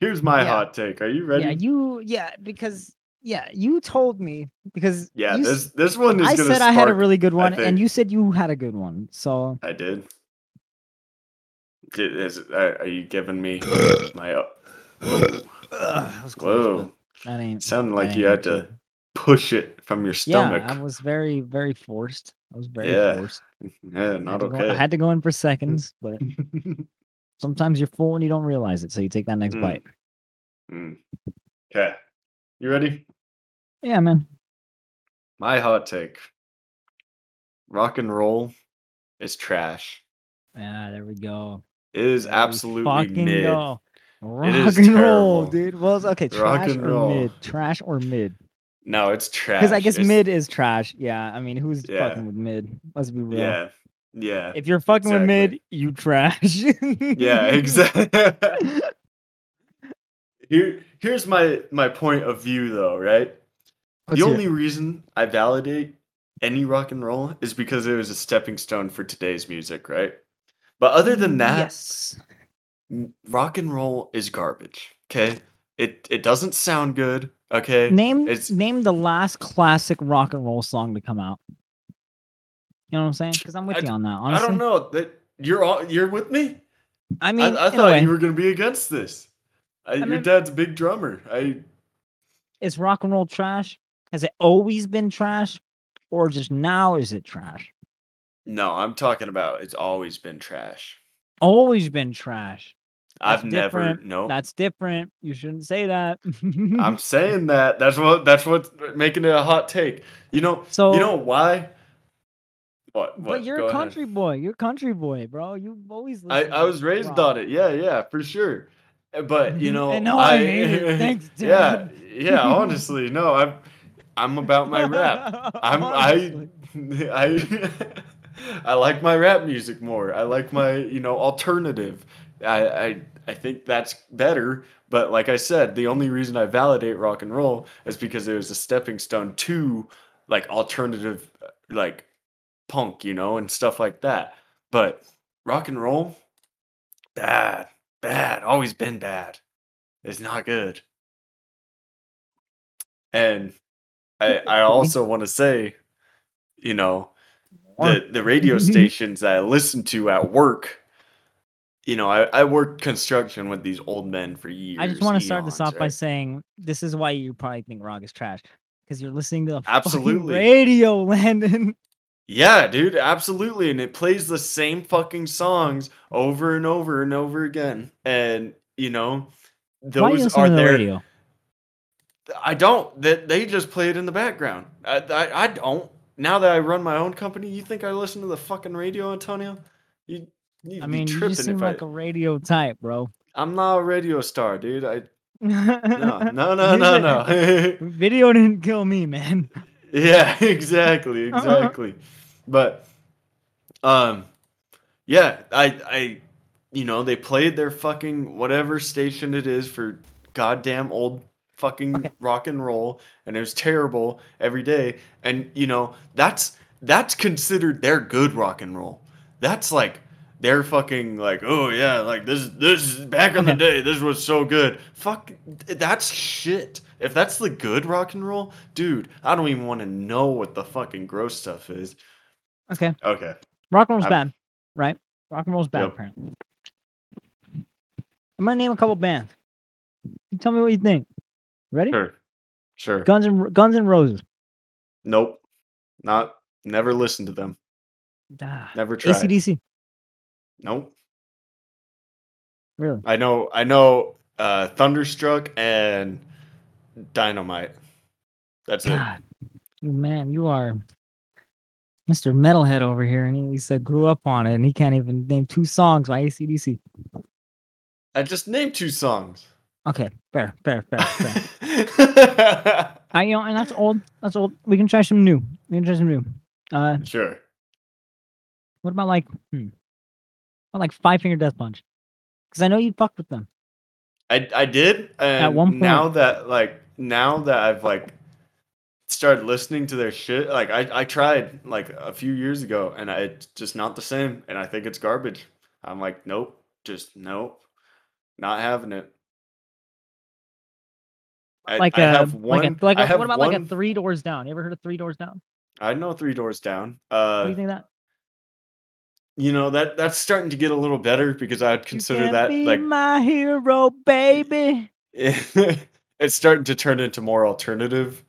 Here's my Yeah. hot take. Are you ready? Yeah, you. Yeah, because yeah, you told me because Yeah, you s- this this one is I gonna said I had a spark- really good one, and think. you said you had a good one. So I did. Did is are, are you giving me my uh, that was Whoa. That It ain't sounded like that you ain't had to push it from your stomach. Yeah, I was very, very forced. I was very Yeah, forced. Yeah, I had, not to go, I okay. had to go in for seconds, but sometimes you're full and you don't realize it, so you take that next Mm. bite. Hmm, Okay. You ready? Yeah, man. My hot take. Rock and roll is trash. Yeah, Ah, there we go. It is There we absolutely fucking mid. go. Rock is and roll, terrible. dude. Well, it's- okay, Rock trash and or roll. mid. Trash or mid. No, it's trash. Because I guess It's- mid is trash. Yeah, I mean, who's Yeah. fucking with mid? Let's be real. Yeah. Yeah. If you're fucking with Exactly. mid, you trash. yeah, exactly. Here, here's my my point of view, though. Right, Let's the hear it. only reason I validate any rock and roll is because it was a stepping stone for today's music, right? But other than that, Yes. n- rock and roll is garbage. Okay, it it doesn't sound good. Okay, Name It's- name the last classic rock and roll song to come out. You know what I'm saying? Because I'm with I you d- on that. I Honestly, don't know that you're all you're with me. I I, mean, I, in a thought way, you were gonna be against this. I, your mean- dad's a big drummer. I is rock and roll trash? Has it always been trash, or just now is it trash? no, I'm talking about it's always been trash. Always been trash. I've That's never different. no. That's different. You shouldn't say that. Oh. I'm saying that. That's what. That's what's making it a hot take. You know. so, you know why? What? what? but you're Go a ahead. country boy. You're a country boy, bro. You've always. I, listened I to was raised rock. on it. Yeah, yeah, for sure. Uh, But you Mhm. know, I know, I hate it. Thanks, Yeah, Dad. yeah. Honestly, no. I'm. I'm about my rap. I'm. I. Honestly. I. I like my rap music more. I like my you know alternative. I. I I think that's better, but like I said, the only reason I validate rock and roll is because it was a stepping stone to like alternative, uh, like punk, you know, and stuff like that. But rock and roll, bad, bad, always been bad. It's not good. And I, I also want to say, you know, the, the radio stations that I listen to at work, you know, I, I worked construction with these old men for years. I just want to start this eons, off by right? saying this is why you probably think rock is trash because you're listening to the fucking Absolutely. radio, Landon. Yeah, dude, absolutely. And it plays the same fucking songs over and over and over again. And, you know, Why are you those listening are to the there. radio? I don't. That they just play it in the background. I, I I don't. Now that I run my own company, you think I listen to the fucking radio, Antonio? You you'd I be mean, you tripping just seem if like a I. radio type, bro. I'm not a radio star, dude. I no no, no no no no. Video didn't kill me, man. yeah, exactly, exactly. But um, yeah, I I you know they played their fucking whatever station it is for goddamn old fucking Okay. rock and roll and it was terrible every day and you know that's that's considered their good rock and roll that's like they're fucking like oh yeah like this this back in the day this was so good fuck that's shit if that's the good rock and roll dude i don't even want to know what the fucking gross stuff is Okay, okay rock and roll's I'm- bad, right? Rock and roll's bad, Yep. apparently. I'm gonna name a couple bands. You tell me what you think. Ready? sure sure Guns and Guns and Roses. nope not never listen to them Ah, never tried ACDC. nope Really? i know i know uh thunderstruck and dynamite that's it God Man, you are Mr. Metalhead over here. And he, he said grew up on it and he can't even name two songs by ACDC. I just named two songs. Okay, fair, fair, fair, fair. sure. I, you know, and that's old. That's old. We can try some new. We can try some new. Uh, what about like, hmm, what about like Five Finger Death Punch? Because I know you fucked with them. I I did. And one point- now that like now that I've like started listening to their shit, like I I tried like a few years ago and I, it's just not the same and I think it's garbage. I'm like, nope, just nope. Not having it. I, Like I a have one. like a, like I a, have what about like a one- Three Doors Down? You ever heard of Three Doors Down? I know Three Doors Down. What do Uh, you think of that? you know that that's starting to get a little better because I'd you consider can that be like my hero, baby. it's starting to turn into more alternative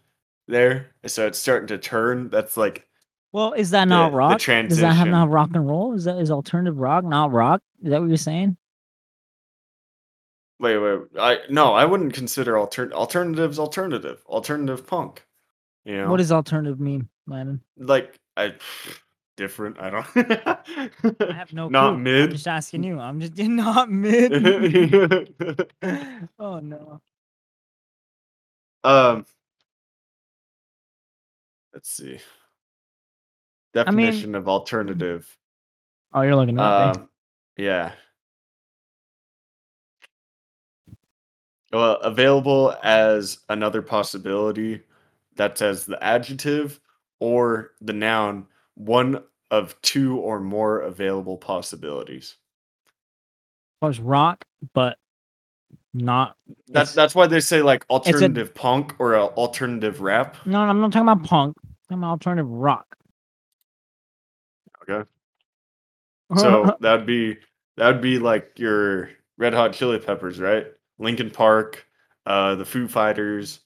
there. So it's starting to turn. That's like Well, is that not the, rock? the transition. Does that have not rock and roll? Is that is alternative rock not rock? Is that what you're saying? Wait, wait. I no, I wouldn't consider altern alternatives alternative. Alternative punk. You know, What does alternative mean, Landon? like I different. I don't. I have no. Not clue. I'm mid. just asking you. I'm just not mid. oh no. um. Let's see. mean- Definition of alternative. Oh, you're looking at Um, yeah. Well, available as another possibility. That's as the adjective or the noun, one of two or more available possibilities. was rock, but not. That's It's- that's why they say like alternative punk or a alternative rap. No, I'm not talking about punk. I'm talking about alternative rock. Okay. So that'd be that'd be like your Red Hot Chili Peppers, right? Linkin Park, uh, the Foo Fighters,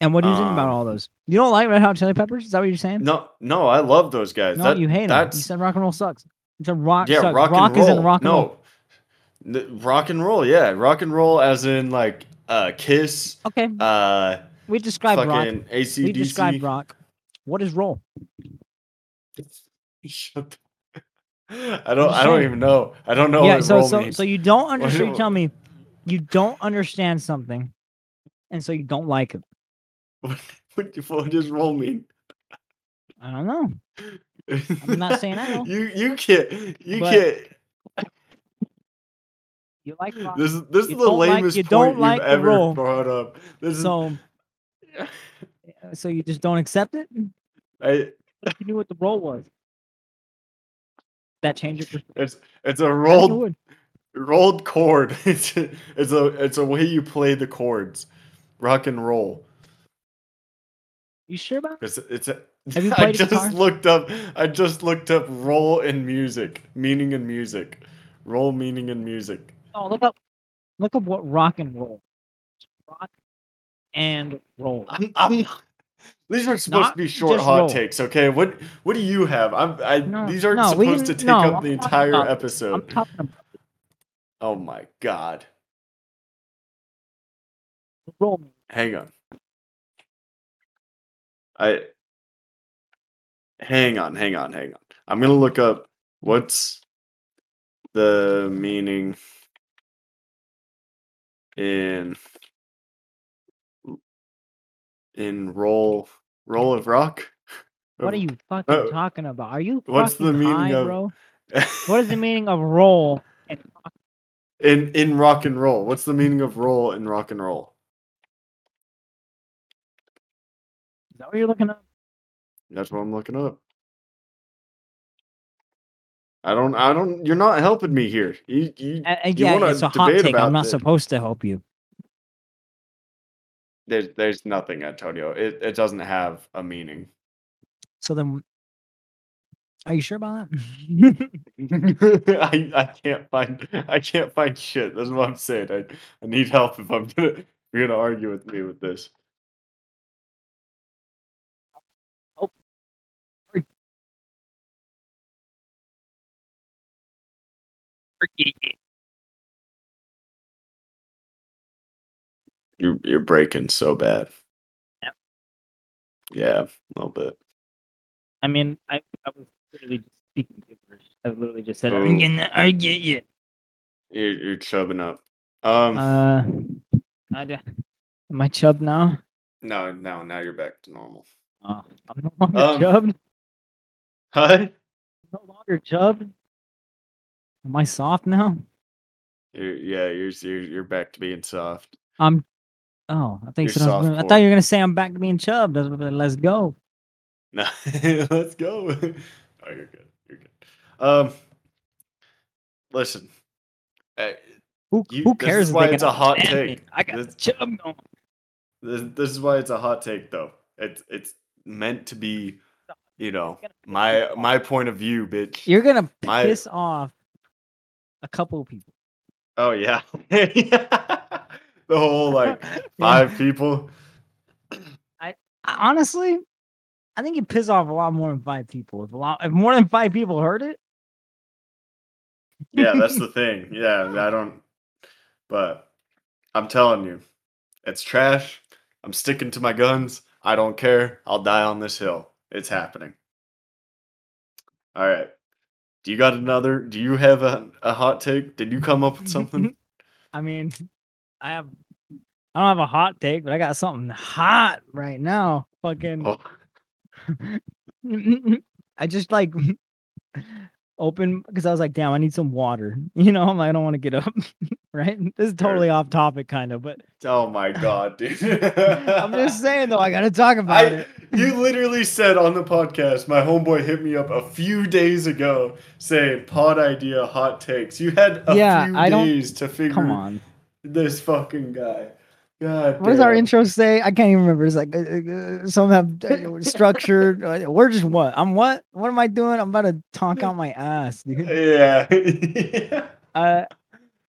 and what do you think about um, all those? You don't like Red Hot Chili Peppers? Is that what you're saying? No, no, I love those guys. No, That- you hate them. You that's- said rock and roll sucks. You said rock yeah, sucks. rock, and roll. isn't Uh, rock and no. roll. N- rock and roll, yeah, rock and roll, as in like uh, Kiss, Okay, uh, we described rock. fucking ACDC. We described rock. What is roll? Shut the- I don't. just I don't saying. even know. I don't know yeah, what so roll so means. so you don't What do understand. You you- tell me, you don't understand something, and so you don't like it. what, do- what does roll mean? I don't know. I'm not saying I know. you you can't. You But can't. You like rock, This is this you is the don't like- lamest you point don't you've like the ever roll. brought up. This is so yeah, so you just don't accept it. You I, knew what the role was. That changes. your perspective. it's it's a I think it rolled would. rolled chord. It's a, it's a it's a way you play the chords, rock and roll. You sure about? it? It's it's. A, Have you I played just guitar? looked up. I just looked up roll in music, meaning in music, roll meaning in music. Oh, look up, look up what rock and roll. Rock and roll. I'm I'm. These are supposed Not to be short just hot roll. takes, okay? What what do you have? I'm I. No, these aren't no, we supposed to didn't- take no, I'm up the talking entire about- episode. I'm talking about oh my god! roll. Hang on. I hang on, hang on, hang on. I'm gonna look up what's the meaning in in roll roll of rock. What are you fucking Uh, talking about? Are you what's the fucking meaning high, of- bro? What is the meaning of roll? And rock? in in rock and roll? What's the meaning of roll in rock and roll? Is that what you're looking up? That's what I'm looking up. I don't. I don't. You're not helping me here. You. you Uh, uh, You yeah, wanna it's a hot debate take. about I'm not the- supposed to help you. there's. There's nothing, Antonio. It. It doesn't have a meaning. So then, are you sure about that? I. I can't find. I can't find shit. That's what I'm saying. I. I need help if I'm gonna. If you're gonna argue with me with this. You're. You're breaking so bad. Yeah, a little bit. I mean, I, I was literally just speaking gibberish. I literally just said, Oh. "I'm gonna argue you." You're, you're chubbing up. Um, Uh, I d- am I chubbed now? no, no, now you're back to normal. oh, I'm no longer Uh, Um, chubbed. Hi. No longer chubbed. Am I soft now? You're, yeah, you're, you're you're back to being soft. I'm. Oh, I think You're so. I, was gonna- I softcore. thought you were gonna say I'm back to being chubbed. I was like, Let's go. No, let's go. oh, you're good. You're good. Um, listen, uh, Who, You- who this cares? is if why they it's can a hot understand me? take. I got This- chubbed on. this, this is why it's a hot take, though. It's it's meant to be, you know, my my point of view, bitch. You're gonna My- piss off a couple of people. Oh yeah, the whole like five people. I- honestly, I think you piss off a lot more than five people. If a lot, if more than five people heard it, Yeah, that's the thing. Yeah, I don't. But I'm telling you, it's trash. I'm sticking to my guns. I don't care. I'll die on this hill. It's happening. All right. Do you got another? Do you have a, a hot take? Did you come up with something? I mean, I have, I don't have a hot take, but I got something hot right now. Fucking, oh, I just like open because I was like, damn, I need some water. You know, I'm like, I don't want to get up. right? This is Sure. totally off topic, kind of, but oh my god, dude! I'm just saying though, I gotta talk about I, it. you literally said on the podcast, my homeboy hit me up a few days ago saying pod idea hot takes. You had a Yeah, few I don't- days to figure Come on. this fucking guy. God What does our damn. intro say? I can't even remember. It's like uh, uh, uh, some have uh, structured. uh, We're just what? I'm what? What am I doing? I'm about to talk out my ass, dude. Yeah. Uh,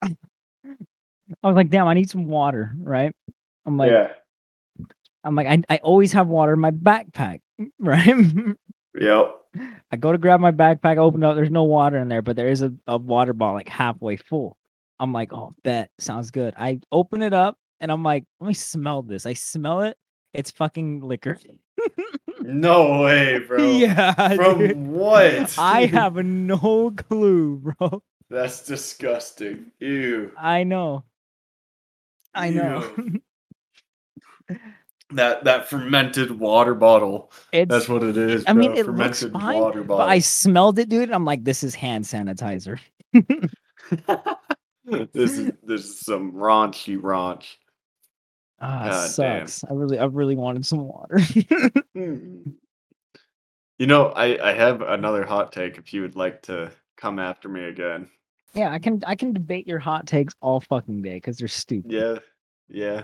I was like, damn, I need some water, right? I'm like, yeah. I'm like, I, I always have water in my backpack, right? Yep. I go to grab my backpack, open it up. There's no water in there, but there is a, a water bottle like halfway full. I'm like, oh, bet sounds good. I open it up and I'm like, let me smell this. I smell it. It's fucking liquor. No way, bro. Yeah, From dude. what? I have no clue, bro. That's disgusting. Ew. I know. I know. Ew. that that fermented water bottle. It's That's what it is. I mean, bro. it looks fermented fine, water but bottle. I smelled it, dude, and I'm like, this is hand sanitizer. this is this is some raunchy raunch. Ah, it God damn. sucks. I really I really wanted some water. Mm. You know, I, I have another hot take if you would like to come after me again. yeah, I can I can debate your hot takes all fucking day because they're stupid. Yeah. Yeah.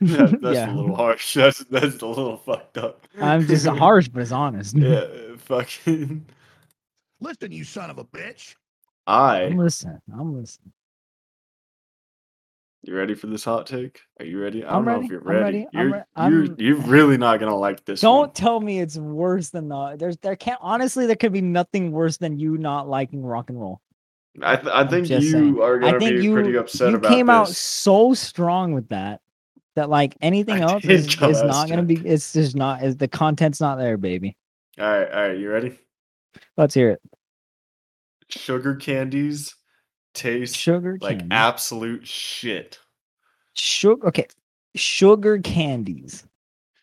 That- that's Yeah. a little harsh. That's that's a little fucked up. I'm just harsh, but it's honest. yeah, uh, fucking Listen, you son of a bitch. I'm I listening. I'm listening. you ready for this hot take? Are you ready? I I'm don't know ready, if you're I'm ready. ready, I'm You're re- I'm- you're you're really not gonna like this. Don't one. tell me it's worse than the there's there can't honestly there could be nothing worse than you not liking rock and roll. I th- I think you just saying. are I gonna think be you pretty upset you about came out this. so strong with that that like anything I else did is, come is out not gonna be it's just not is the content's not there, baby. All right, all right, you ready? Let's hear it. Sugar candies taste Sugar like candy. absolute shit. sugar okay. Sugar candies.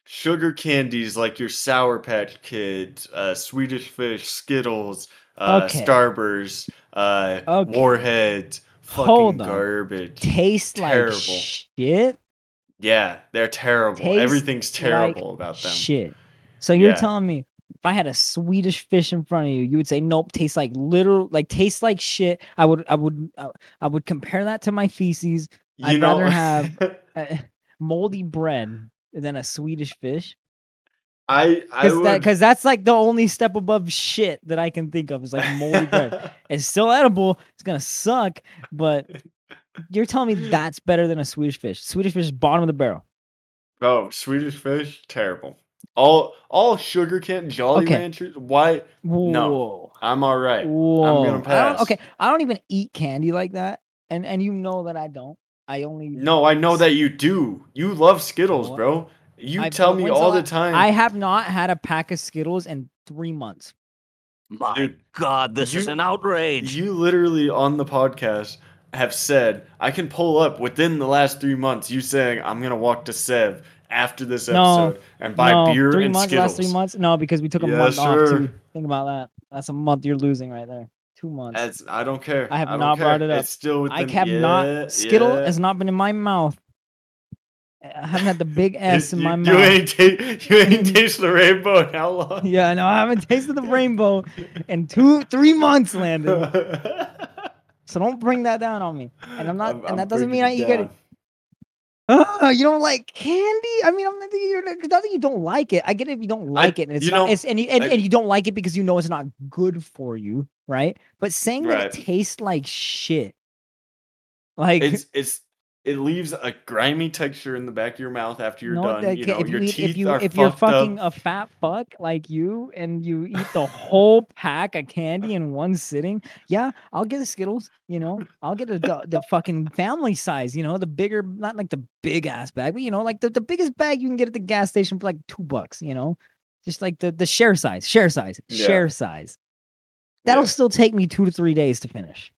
Sugar candies like your Sour Patch Kids, uh, Swedish Fish, Skittles, uh, Okay. Starburst, uh, Okay. Warheads, fucking Hold on. garbage. Taste Terrible. like shit. yeah, they're terrible. Taste Everything's terrible about them. Shit. So you're Yeah. telling me if I had a Swedish fish in front of you, you would say nope, tastes like literal like tastes like shit. I would I would I- I would compare that to my feces. You I'd know, rather have- uh, moldy bread than a Swedish fish. I I Because would, that's like the only step above shit that I can think of is like moldy bread. It's still edible. It's gonna suck, but you're telling me that's better than a Swedish fish. Swedish fish is bottom of the barrel. Oh, Swedish Fish, terrible. All all sugar can Jolly Okay. Ranchers. Why? Whoa. No. I'm all right. Whoa. I don't- pass. okay, I don't even eat candy like that. And and you know that I don't. I only No, I know that you do. You love Skittles, What? bro. You I've- tell me when's the all the la- time. I have not had a pack of Skittles in three months. My Dude, God, this is you- an outrage. You literally on the podcast have said I can pull up within the last three months. You saying I'm gonna walk to Sev after this No, episode and buy no, beer three and months, last Skittles. three months. No, because we took a Yeah, month off. sure. Too. Think about that. That's a month you're losing right there. Two months. That's I don't care. I have don't not care. brought it up. It's still within, I have yeah, not Skittle yeah. has not been in my mouth. I haven't had the big You- S in you- my you, mouth. Ain't ta- you ain't tasted the rainbow in how long? Yeah, no, I haven't tasted the rainbow in two, three months, Landon. So don't bring that down on me. And I'm not, I'm- and I'm that doesn't mean I bringing you it get it. down. Oh, you don't like candy? I mean, I'm not thinking you're not that you don't like it. I get it if you don't like it, and it's you not, know, it's, and, you, and, I- and you don't like it because you know it's not good for you, right? But saying Right. that it tastes like shit, like It's it's it leaves a grimy texture in the back of your mouth after you're no, done. that you ca- know, if your you eat- teeth if you are if you're fucked up. fucking a fat fuck like you, and you eat the whole pack of candy in one sitting, yeah, I'll get the Skittles. You know, I'll get the the, the fucking family size. You know, the bigger, not like the big ass bag, but you know, like the, the biggest bag you can get at the gas station for like two bucks. You know, just like the the share size, share size, Yeah. share size. That'll Yeah. still take me two to three days to finish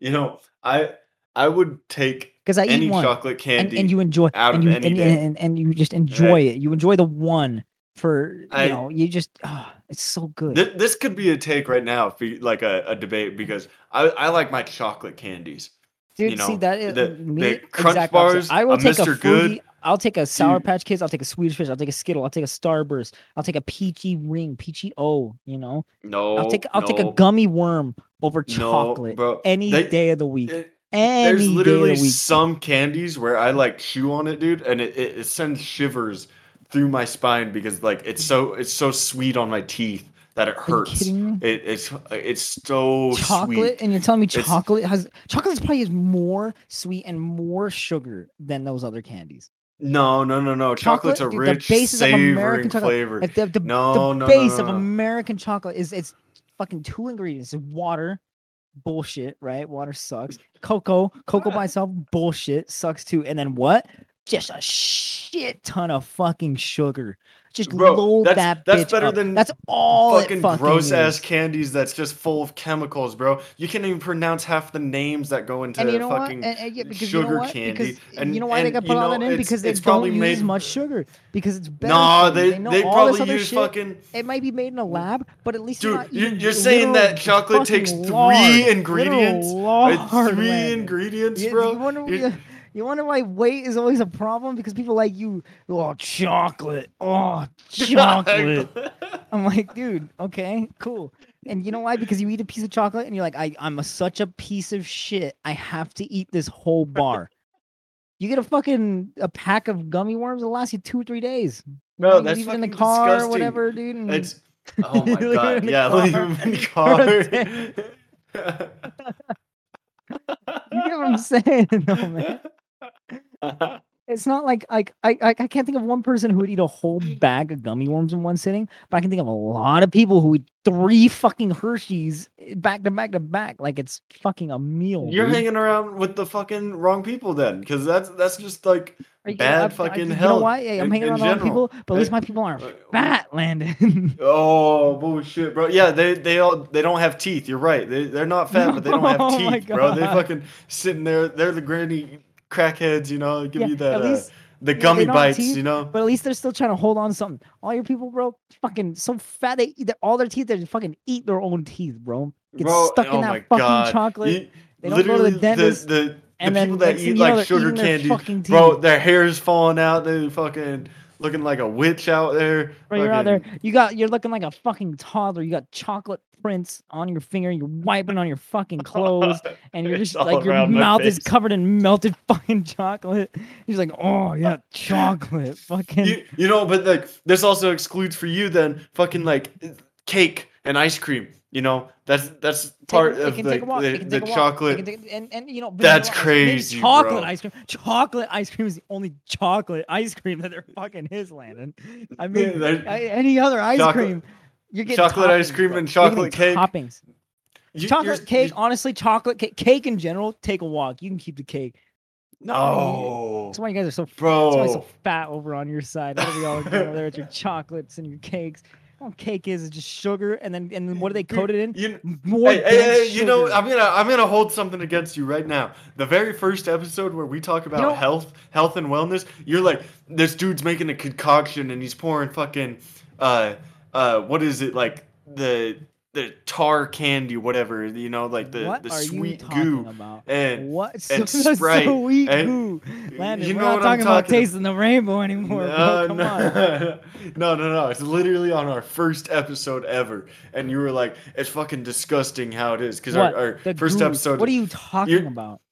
You know, I I would take because I any eat one. chocolate and, candy. and you enjoy out and of you, any and, day. and, and you just enjoy it you enjoy the one for you I- know you just oh, it's so good Th- this could be a take right now, if we- like a, a debate, because I, I like my chocolate candies. dude you see know, that is the- me the Crunch exact opposite. Bars, i will a take a Mr. Good, fruity, i'll take a sour dude. patch kids i'll take a swedish fish i'll take a skittle i'll take a starburst i'll take a peachy ring peachy o you know No, i'll take i'll take a Oh, no, gummy worm over no, chocolate bro. any They- day of the week it- any there's day literally of the week some candies where I like chew on it, dude, and it, it, it sends shivers through my spine because like it's so it's so sweet on my teeth that it are you hurts. It, kidding me it's it's so chocolate sweet. and you're telling me It's- chocolate has chocolate probably is more sweet and more sugar than those other candies. No, no, no, no. Chocolate's Chocolate, a dude, the rich, basis of American savoring chocolate- flavor. Like the, the, the No, no, no, base no, of no. American chocolate is it's fucking two ingredients: it's water, bullshit, right? Water sucks. Cocoa, cocoa by itself, bullshit, sucks too. And then what? Just a shit ton of fucking sugar. Just Bro, load that's- that. that's bitch better up. than that's all. fucking, it fucking gross ass is. candies that's just full of chemicals, bro. You can't even pronounce half the names that go into and you know what? fucking And, and yeah, because sugar you know what? candy. Because And- you know why they and got you put all know, that in? it's- Because they it's probably don't use as made- much sugar. Because it's better. Nah, for you. they know they all this probably other use shit. fucking It might be made in a lab, but at least they're dude. not You, using you're saying literal that chocolate fucking takes three lard. ingredients. Literal Uh, lard, three Landon. ingredients, You- You, bro. wonder, why- You- you wonder why weight is always a problem because people like you. Oh, chocolate. Oh, chocolate. I'm like, dude, okay, cool. And you know why? Because you eat a piece of chocolate and you're like, I, I'm a, such a piece of shit. I have to eat this whole bar. you get a fucking a pack of gummy worms. It'll last you two or three days. no, You that's leave it in the fucking car disgusting. or whatever, dude. and- It's oh my Leave it god, in the yeah, car. leave them in What I'm the car. you get what I'm saying, though, man. It's not like like I, I I can't think of one person who would eat a whole bag of gummy worms in one sitting, but I can think of a lot of people who eat three fucking Hershey's eh, back to back to back, like it's fucking a meal. You're dude. hanging around with the fucking wrong people then, because that's that's just like Are you- bad I- fucking I, you health know why? Yeah, I'm in- hanging in around all the general. people, but at least Uh, my people aren't uh, fat, Landon. oh bullshit, bro. Yeah, they they all they don't have teeth. You're right. They they're not fat, but they don't have Oh my teeth, bro. They God. fucking sitting there. They're the granny crackheads, you know. Give Yeah, you that at uh, least- they the gummy don't have bites, teeth, you know. but at least they're still trying to hold on to something. All your people, bro, fucking so fat they eat their, all their teeth. They fucking eat their own teeth, bro. Get Bro, stuck in oh that my fucking God. chocolate. You- They don't go to the literally dentist, The, the, and the then people that next thing eat you know, like they're sugar eating their candy, fucking bro, teeth. their hair's falling out. They fucking looking like a witch out there. Bro, you're out fucking- there. You got. You're looking like a fucking toddler. You got chocolate prints on your finger. You're wiping on your fucking clothes, and you're It's just all like your around my mouth is face. covered in melted fucking chocolate. You're like, oh yeah, chocolate, fucking. you, you know, but like this also excludes for you then fucking like cake and ice cream. You know, that's that's Take a- part they of can the, take a walk, they the, can the take a walk, they can chocolate. take- and, and you know vanilla That's ice cream, crazy, Chocolate bro. ice cream. Chocolate ice cream is the only chocolate ice cream that they're fucking his landing. I mean, they're- I- any other ice Chocolate- cream, you get chocolate ice toppings, cream bro. and You're getting chocolate cake. toppings. You- you're- chocolate cake, you- honestly, chocolate cake, cake in general. Take a walk. You can keep the cake. No. That's why you guys are so That's why Bro. it's so fat over on your side. What are we all doing over there at your chocolates and your cakes? All cake is is just sugar, and then and then what are they Dude, coated in? You, More hey, hey, dense hey, you know, sugar. I'm gonna I'm gonna hold something against you right now. The very first episode where we talk about know- health, health and wellness, you're like, this dude's making a concoction and he's pouring fucking, uh, uh, what is it like the the tar candy, whatever, you know, like the what the are sweet you talking goo about? and what and the Sprite sweet and- goo? Landon, you we're know not what I'm talking about talking- tasting the rainbow anymore. bro. Come on. no, no, no, no. It's literally on our first episode ever, and you were like, "It's fucking disgusting how it is." Because our, What? our The first goo- episode, What are you talking You're- about?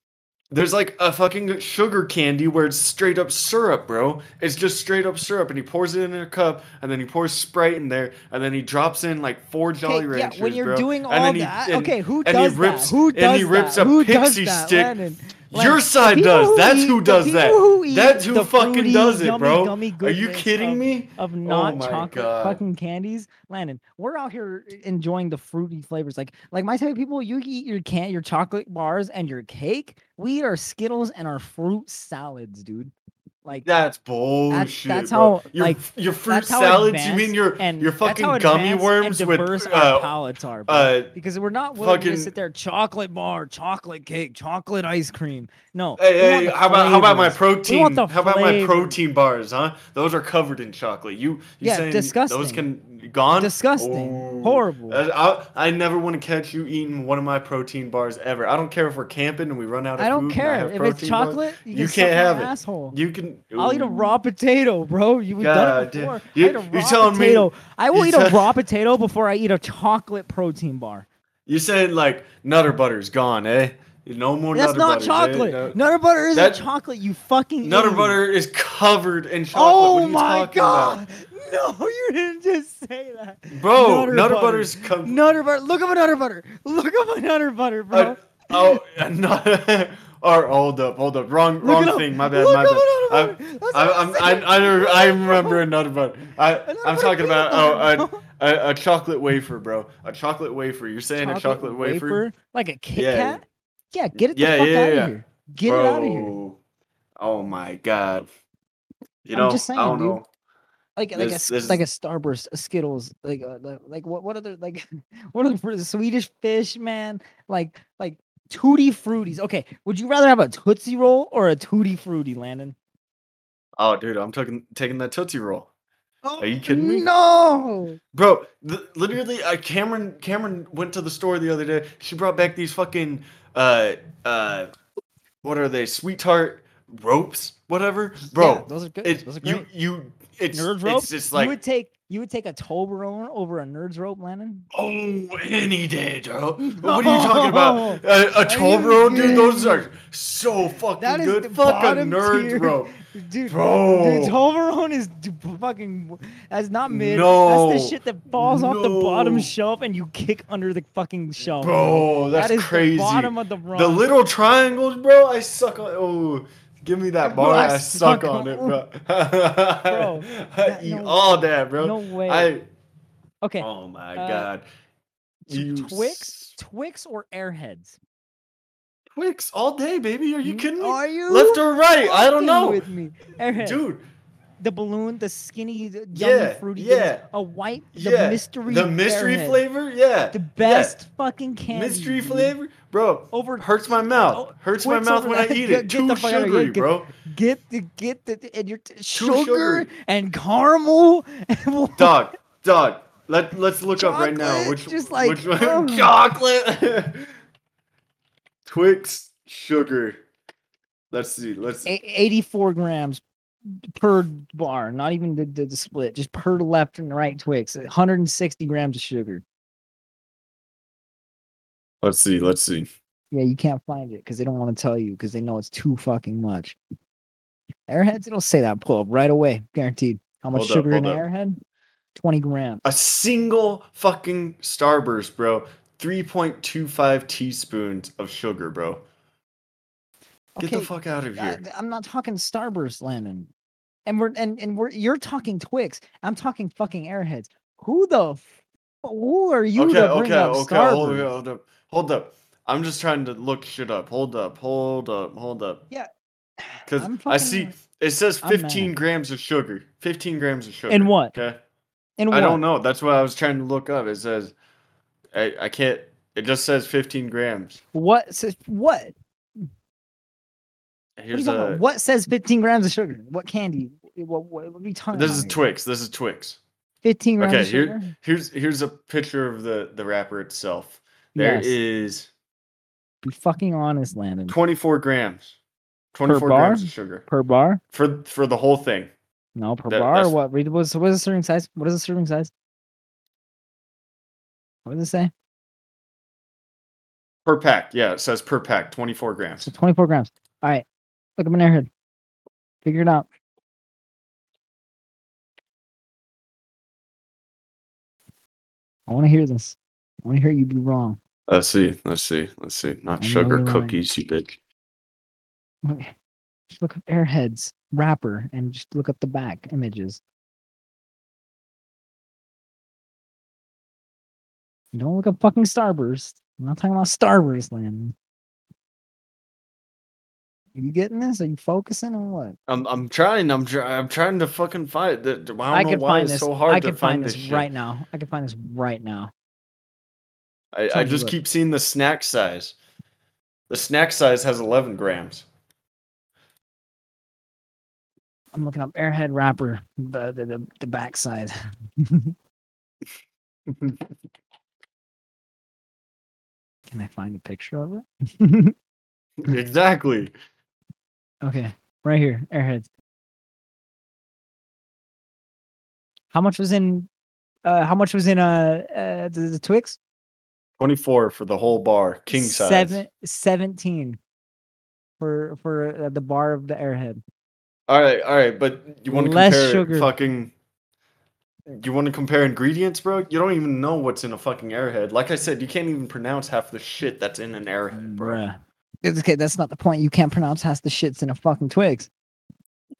there's like a fucking sugar candy where it's straight up syrup, bro. It's just straight up syrup, and he pours it in a cup, and then he pours Sprite in there, and then he drops in like four Jolly Okay, yeah, Ranchers, when you're bro. doing and all then he- that, and- okay, who and he does rips- that? Who and he does rips that? a Who does pixie that, stick. Landon? Your Landon, side the people does. who That's eat- who the does people that. who eat That's who the fucking fruity, does it, yummy, bro. gummy Are you goodness kidding of- me? Oh Of not my chocolate God. fucking candies, Landon. We're out here enjoying the fruity flavors. Like, like my type of people, you eat your can your chocolate bars and your cake. We eat our Skittles and our fruit salads, dude. Like That's bullshit. that's how, bro. your, like, your fruit that's how salads. You mean advanced your and your that's how fucking gummy advanced worms and with diverse our uh, palates are, bro. uh, because we're not willing fucking- to sit there chocolate bar, chocolate cake, chocolate ice cream. No. we want Hey, hey, the how about how about my flavors. We protein? want the How about my flavors. protein bars, huh? Those are covered in chocolate. You, you Yeah, saying Those disgusting. can gone. Disgusting. Ooh. Horrible. I, I, I never want to catch you eating one of my protein bars ever. I don't care if we're camping and we run out of I don't food and care have if it's protein bars. chocolate. You, you can can't suck my have it. Asshole. You can. I'll eat a ooh. raw potato, bro. You have done God it damn. before. You- I ate a you're raw telling me- potato. I will you eat a tell- raw potato before I eat a chocolate protein bar. You're saying like Nutter Butter's gone, eh? No more That's Nutter not Butters, eh? chocolate. No- Nutter butter isn't That- chocolate. You fucking Nutter idiot. Butter is covered in chocolate. What Oh are you my talking about? god! No, you didn't just say that, Bro, Nutter, Butter. Butter's covered. Nutter butter. Look up a nutter butter. Look up a nutter butter, bro. Uh, oh, uh, no. or hold up, hold up. Wrong, Look it wrong up. thing. My bad, Look my up bad. another I, one. That's I, what I'm I'm, I, saying. I, re- I remember another butter. I, I'm butter talking peanut about oh, a, butter, a, a, a chocolate wafer, bro. A chocolate wafer. You're saying a chocolate wafer? like a Kit Yeah. Kat. Yeah, get it the Yeah, fuck yeah, out of yeah. here. Get it out of here. Bro. Oh my god. You I'm know, just saying, I don't dude. know. Like like a This- s- this- like a Starburst, a Skittles, like uh, like- like what what other like what are the Swedish fish, man? Like like tutti fruities. Okay, would you rather have a tootsie roll or a tutti frutti, Landon? Oh, dude, I'm taking taking that tootsie roll. Oh, you kidding me? No. Bro, th- literally, uh, Cameron Cameron went to the store the other day. She brought back these fucking uh uh, what are they? Sweetheart ropes, whatever. Yeah, Bro, those are good. it's those are great. you you it's Nerds rope. it's just like you would take you would take a Toblerone over a Nerds rope, Landon. oh any day, bro. What are you talking about? No. A, a you Toblerone, dude. kidding Those me? are so fucking That is good. the Fuck a bottom nerd tier. rope, Dude, bro. Dude, Toblerone is d- b- fucking. w- That's not mid. That's No. the shit that falls off the bottom No. shelf and you kick under the fucking shelf. bro, that's that is crazy. The bottom of the rung. The little triangles, bro. I suck on. Oh, give me that Bro, bar. I I, suck, suck on- on it, bro. Bro, I that- eat no- all that, bro. No way. I. okay. Oh my uh, god. t- You Twix, s- Twix or Airheads? Twix all day, baby. Are you kidding me? Are you? Left or right? I fucking don't know, With me, Airheads. dude. The balloon, the skinny, the yummy, Yeah, fruity. yeah. things, a white, the yeah. mystery. The mystery Airhead. flavor, yeah. The yeah. best fucking candy. mystery dude. flavor, bro. Over Hurts my mouth. Oh, Hurts my Twix mouth over when I that. eat Get- it. get Too the fuck outta here, sugary, get- bro. get the get the and your t- sugar, sugary. and caramel. and what- dog, dog. Let let's look up right now. Chocolate, Which just like, um, which one? ugh. chocolate? Twix sugar. Let's see. Let's A- 84 grams per bar, not even the, the, the split, just per left and right Twix, 160 grams of sugar. let's see. Let's see. Yeah, you can't find it because they don't want to tell you because they know it's too fucking much. Airheads, it'll say that pull up right away, guaranteed. How much Hold up, sugar in an hold up. airhead? 20 grams. A single fucking Starburst, bro. Three point two five teaspoons of sugar, bro. Get the Okay, uh, fuck out of I, here. I'm not talking Starburst, Landon. And we're and and we're you're talking Twix. I'm talking fucking Airheads. Who the f- who are you okay, to bring okay, up okay. Hold Starburst? up, hold up, hold up. I'm just trying to look shit up. Hold up, hold up, hold up. Yeah. Because I'm fucking I see mad. it says I'm mad. 15 grams of sugar. 15 grams of sugar. In what? Okay. And I don't know. That's what I was trying to look up. It says, I, I can't. It just says 15 grams. What says what? What, are you Here's talking about? a. What says 15 grams of sugar? What candy? What, what, what are you talking This about is here? Twix. This is Twix. 15 grams Okay, of sugar? here, here's here's a picture of the the wrapper itself. There Yes. is Be fucking honest, Landon. 24 grams. 24 bar? grams of sugar per bar? for for the whole thing. No, per That- bar. Or that's- what? Read what's, what's the serving size? What is the serving size? What does it say? Per pack. Yeah, it says per pack, 24 grams. So 24 grams. All right. Look up an airhead. Figure it out. I want to hear this. I want to hear you be wrong. Let's see. Let's see. Let's see. I Not know sugar you're lying. you bitch. Okay. Just look up airheads wrapper and just look up the back images. And Don't look up fucking Starburst. I'm not talking about Starburst, Landon. Are you getting this? Are you focusing on what? I'm I'm trying. I'm try, I'm trying to fucking find it. Th- th- I don't I know can why find it's this. so hard I to can find, find this, this shit. right now. I can find this right now. I, I Sounds just good. keep seeing the snack size. The snack size has 11 grams. I'm looking up airhead wrapper, the the, the, the backside. Can I find a picture of it? exactly. Okay, right here, airheads. How much was in? Uh, how much was in? Uh, uh the, the Twix. 24 for the whole bar, king size. Seven, 17 for for uh, the bar of the airhead. All right, all right, but you want to Less compare sugar. fucking you want to compare ingredients, bro? You don't even know what's in a fucking airhead. Like I said, you can't even pronounce half the shit that's in an airhead, bro. Bruh. It's okay, that's not the point. You can't pronounce half the shits in a fucking Twix.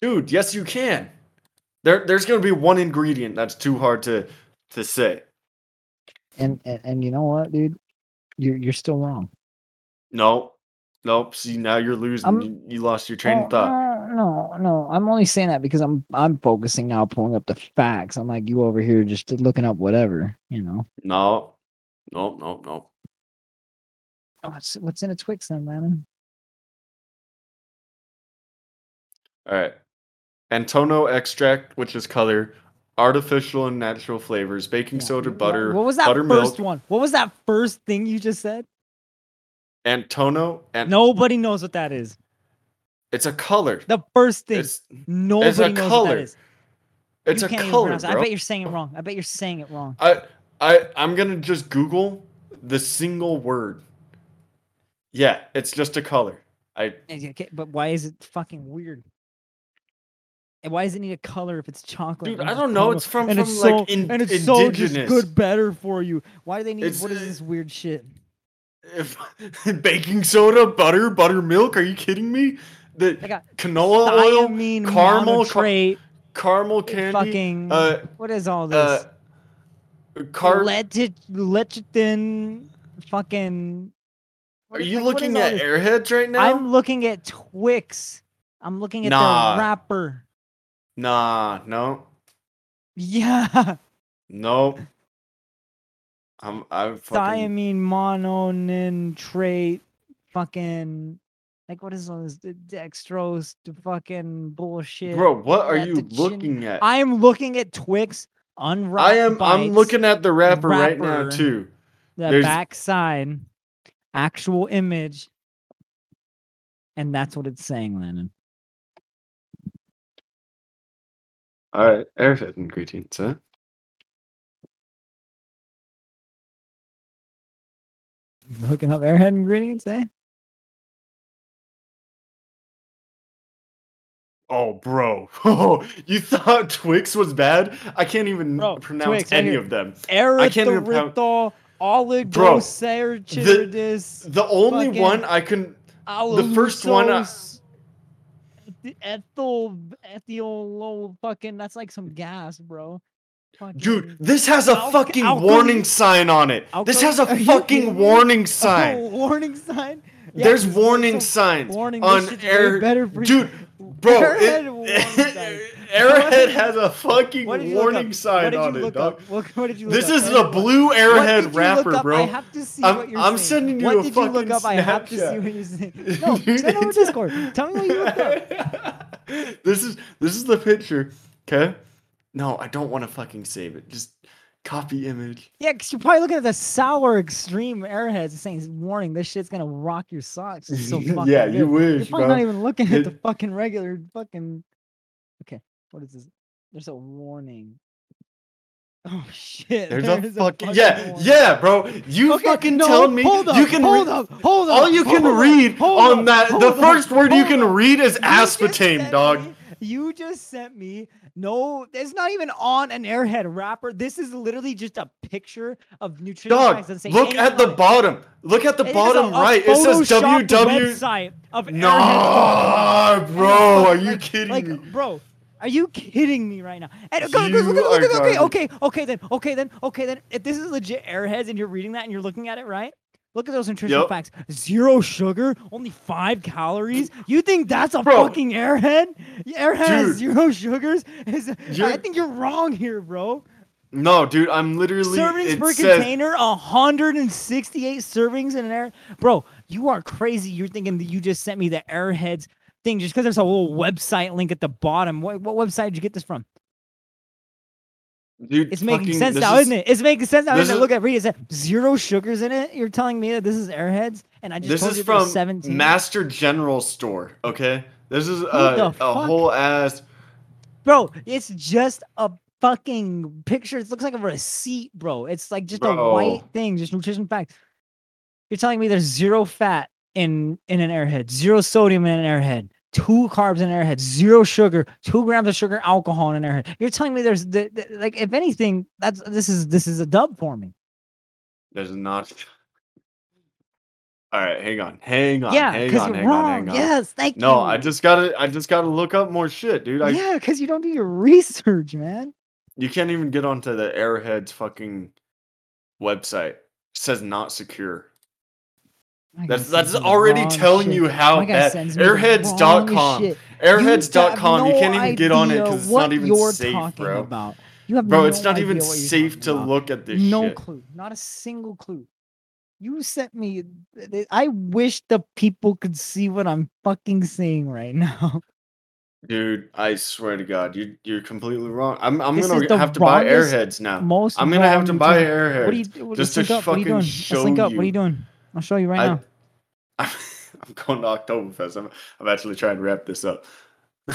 Dude, yes you can. There there's going to be one ingredient that's too hard to to say. And and, and you know what, dude? You're you're still wrong. No. Nope. See, now you're losing. I'm- you, you lost your train Oh, of thought. No, no, no, I'm only saying that because I'm I'm focusing now, pulling up the facts. I'm like you over here just looking up whatever, you know. No. Nope, nope, nope. Oh, What's what's in a Twix then, Landon? All right. Antono extract, which is color, artificial and natural flavors, baking Yeah. soda, Wha- butter, What was that buttermilk, first one? What was that first thing you just said? Antono, and Nobody knows what that is. it's a color. The first thing. It's Nobody knows what color. that is. it's you a can't even color, pronounce it. bro. I bet you're saying it wrong. I bet you're saying it wrong. I, I, I'm gonna just Google the single word. Yeah, it's just a color. I And you get- But why is it fucking weird? And why does it need a color if it's chocolate? dude, and I it's don't know. caramel? It's from and from it's so like in, and it's so just indigenous good better for you. Why do they need? It's, what is uh, this weird shit? If, baking soda, butter, buttermilk. Are you kidding me? The Like a canola oil, Thiamine caramel, car- monotrate, caramel candy, fucking. uh, what is all this? uh, car. Leti- Lechitin, fucking. Are what is- you like, what looking is all at this? airheads right now? I'm looking at Twix. I'm looking at Nah. the wrapper. Nah, no, Yeah, no. I'm I'm fucking. thiamine mononitrate, fucking. Like what is all this the dextrose, the fucking bullshit? Bro, what are Yeah, you the chin- looking at? I, I'm looking at Twix unwrapped. am I'm bites, looking at the wrapper, right now wrapper. too. the there's- back side, actual image, and that's what it's saying, Lennon. All right, airhead ingredients, huh? Looking up airhead ingredients, eh? Oh, bro. Oh, you thought Twix was bad? I can't even Bro, pronounce Twix, right any here. of them. can't even pronounce- erythritol, oligosaccharide, The only Fucking- one I can the first one, uh, ethyl ethyl fucking that's like some gas, bro. Dude, Fucking- this has a Alka- fucking alkali- warning sign on it. This alkali- has a Are you fucking kidding me? warning Oh, sign. warning sign. Yeah, There's it's like warning some signs Warning. this on shit's way air. better for you. Dude, Bro, Arrowhead it- warning sign. Arrowhead has a fucking What did you look warning up? What sign did you on it, look dog. up? What, what did you look This up? is a blue What did Arrowhead you look rapper, up? I bro. have to see I'm- what you're I'm saying. sending you what a did you look fucking up? I have to see Snapchat. what you're saying. No, send over Discord. Tell me what you looked up. this is this is the picture. Okay. No, I don't want to fucking save it. Just copy image. Yeah, because you're probably looking at the sour extreme airheads and saying, warning, this shit's gonna rock your socks. It's so fucking yeah, good." you You're wish, probably not bro. even looking at the It- fucking regular fucking. Okay, what is this? There's a warning. Oh shit! There's there a is fucking, fucking yeah, warning. yeah, bro. You Okay, fucking no, tell me Hold up, you can hold re- up, hold up. all you can hold up, read hold on up, that. hold The up, first word you hold can up. read is You just aspartame, sent dog. me- you just sent me. No, it's not even on an airhead wrapper. This is literally just a picture of nutrition. Dog, facts that say look anything at the on it. bottom. Look at the It is a- bottom a right. It says photoshopped www. website of airhead. No, photos. bro, are Like- you kidding like, me? bro. Are you kidding me right now? And, okay, You okay, look, at- look, are at- okay, garbage. okay, okay, then, okay, then, okay, then. If this is legit airheads and you're reading that and you're looking at it, right? Look at those nutritional Yep. facts: zero sugar, only five calories. You think that's a Bro. fucking airhead? Yeah, Airhead has Dude. zero sugars. Is I You're- think you're wrong here, bro. No, dude, I'm literally. servings it per says- container, 168 servings in an air. Bro, you are crazy. You're thinking that you just sent me the airheads thing just because there's a little website link at the bottom. What, what website did you get this from? dude, It's making fucking- sense this now, is- isn't it? It's making sense now, this isn't it? is- Look at read it. said Zero sugars in it. You're telling me that this is airheads, and I just This told is you from there's 17. Master General Store. Okay, this is the a, a fuck? whole ass. bro, it's just a fucking picture. It looks like a receipt, bro. It's like just a white Bro. thing, just nutrition facts. You're telling me there's zero fat in in an airhead, zero sodium in an airhead, two carbs in an airhead, zero sugar, two grams of sugar alcohol in an airhead. You're telling me there's the, the- like if anything, that's this is this is a dub for me. There's not. All right, hang on, hang on, yeah, hang because on, you're hang wrong. on, hang on. Yes, thank you. No, I just gotta, I just gotta look up more shit, dude. I, yeah, because you don't do your research, man. you can't even get onto the Airheads fucking website. It says not secure. My guy That's sends that's me the already wrong telling shit. Oh you how My guy bad. sends me the wrong Airheads.com. shit. Airheads.com. You, have can't no even get on it idea because it's what not even you're safe, talking bro. About. You have Bro, no it's not idea even what you're safe talking to about. look at this No shit. clue, not a single clue. You sent me. th- th- I wish the people could see what I'm fucking saying right now. Dude, I swear to God, you you're completely wrong. I'm I'm This is gonna the have to buy wrongest, Airheads now. Most. Uh, I'm gonna have to wrong buy YouTube- Airheads. What do you? do- Let's just to link up. What are you fucking doing? show Let's link up. What are you you. doing? I'll show you right I- now. I'm, I'm going to Oktoberfest. I'm I'm actually trying to wrap this up.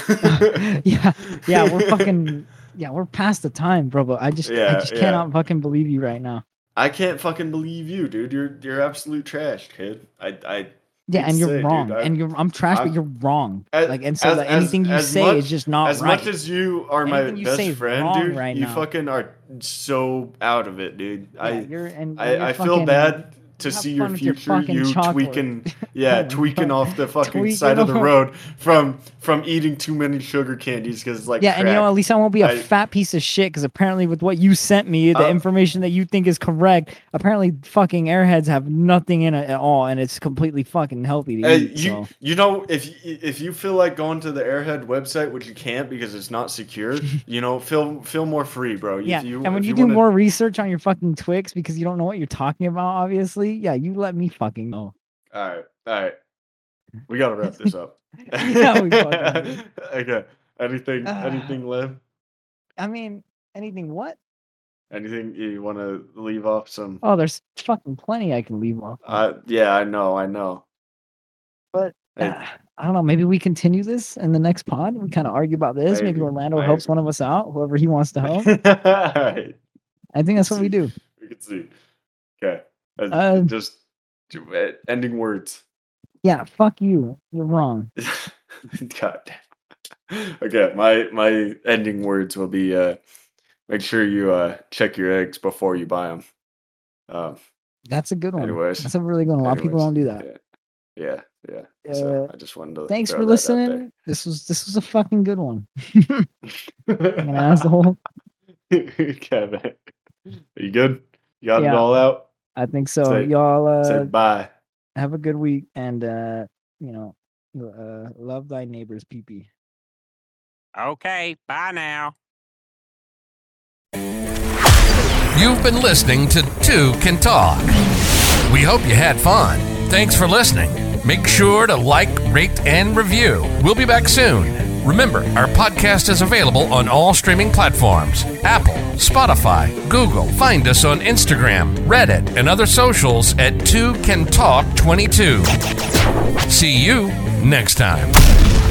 yeah, yeah, we're fucking. Yeah, we're past the time, bro. But I just, I Yeah, just yeah. cannot fucking believe you right now. I can't fucking believe you, dude. You're you're absolute trash, kid. I I Yeah, and you're say, dude, wrong, I- and you're I'm trash, but I'm- you're wrong. as- like, and so as- that as- anything you as say much- is just not as right. much as you are my Anything you best say is friend, wrong dude, right you now. fucking are so out of it, dude. Yeah, I you're, and you're I, I feel fucking bad to have see your fun with your future fucking you chocolate. tweaking yeah Oh my tweaking God. off the fucking Tweaking side of the off. road from from eating too many sugar candies because like Yeah, and you know, crack. at least I won't be a I- fat piece of shit because apparently, with what you sent me, the Uh, information that you think is correct, apparently, fucking airheads have nothing in it at all, and it's completely fucking healthy to Hey, eat. Uh, you so. you know if y- if you feel like going to the Airhead website, which you can't because it's not secure, you know feel feel more free, bro. If Yeah, you, and when if you, you do wanna- more research on your fucking Twix because you don't know what you're talking about, obviously, yeah, you let me fucking know. all right, all right, we gotta wrap this up. Yeah, we fucking do. okay. Anything, anything left? I mean, anything what? Anything you want to leave off some? Oh, there's fucking plenty I can leave off. on. Uh, yeah, I know, I know. But, Hey. uh, I don't know. Maybe we continue this in the next pod. We kind of argue about this. Maybe, Maybe, Orlando helps one of us out, whoever he wants to help. Alright, I think that's what we do. we can see. Okay, Uh, Uh, just do it. ending words. Yeah, fuck you. You're wrong. God damn. Okay, my my ending words will be uh, make sure you uh check your eggs before you buy them. Um, That's a good one. Anyways. That's a really good one. A lot of people anyways, don't do that. Yeah, yeah. yeah. Uh, so I just wanted to. Thanks throw for that out there. listening. This was this was a fucking good one. An asshole. Kevin, are you good? You got Yeah. it all out? I think so. Say- Y'all Say uh, bye. have a good week and uh, you know, uh, love thy neighbors, pee pee. Okay, bye now. You've been listening to Two Can Talk. We hope you had fun. Thanks for listening. Make sure to like, rate, and review. We'll be back soon. Remember, our podcast is available on all streaming platforms Apple, Spotify, Google. Find us on Instagram, Reddit, and other socials at 2 Can Talk 22. See you next time.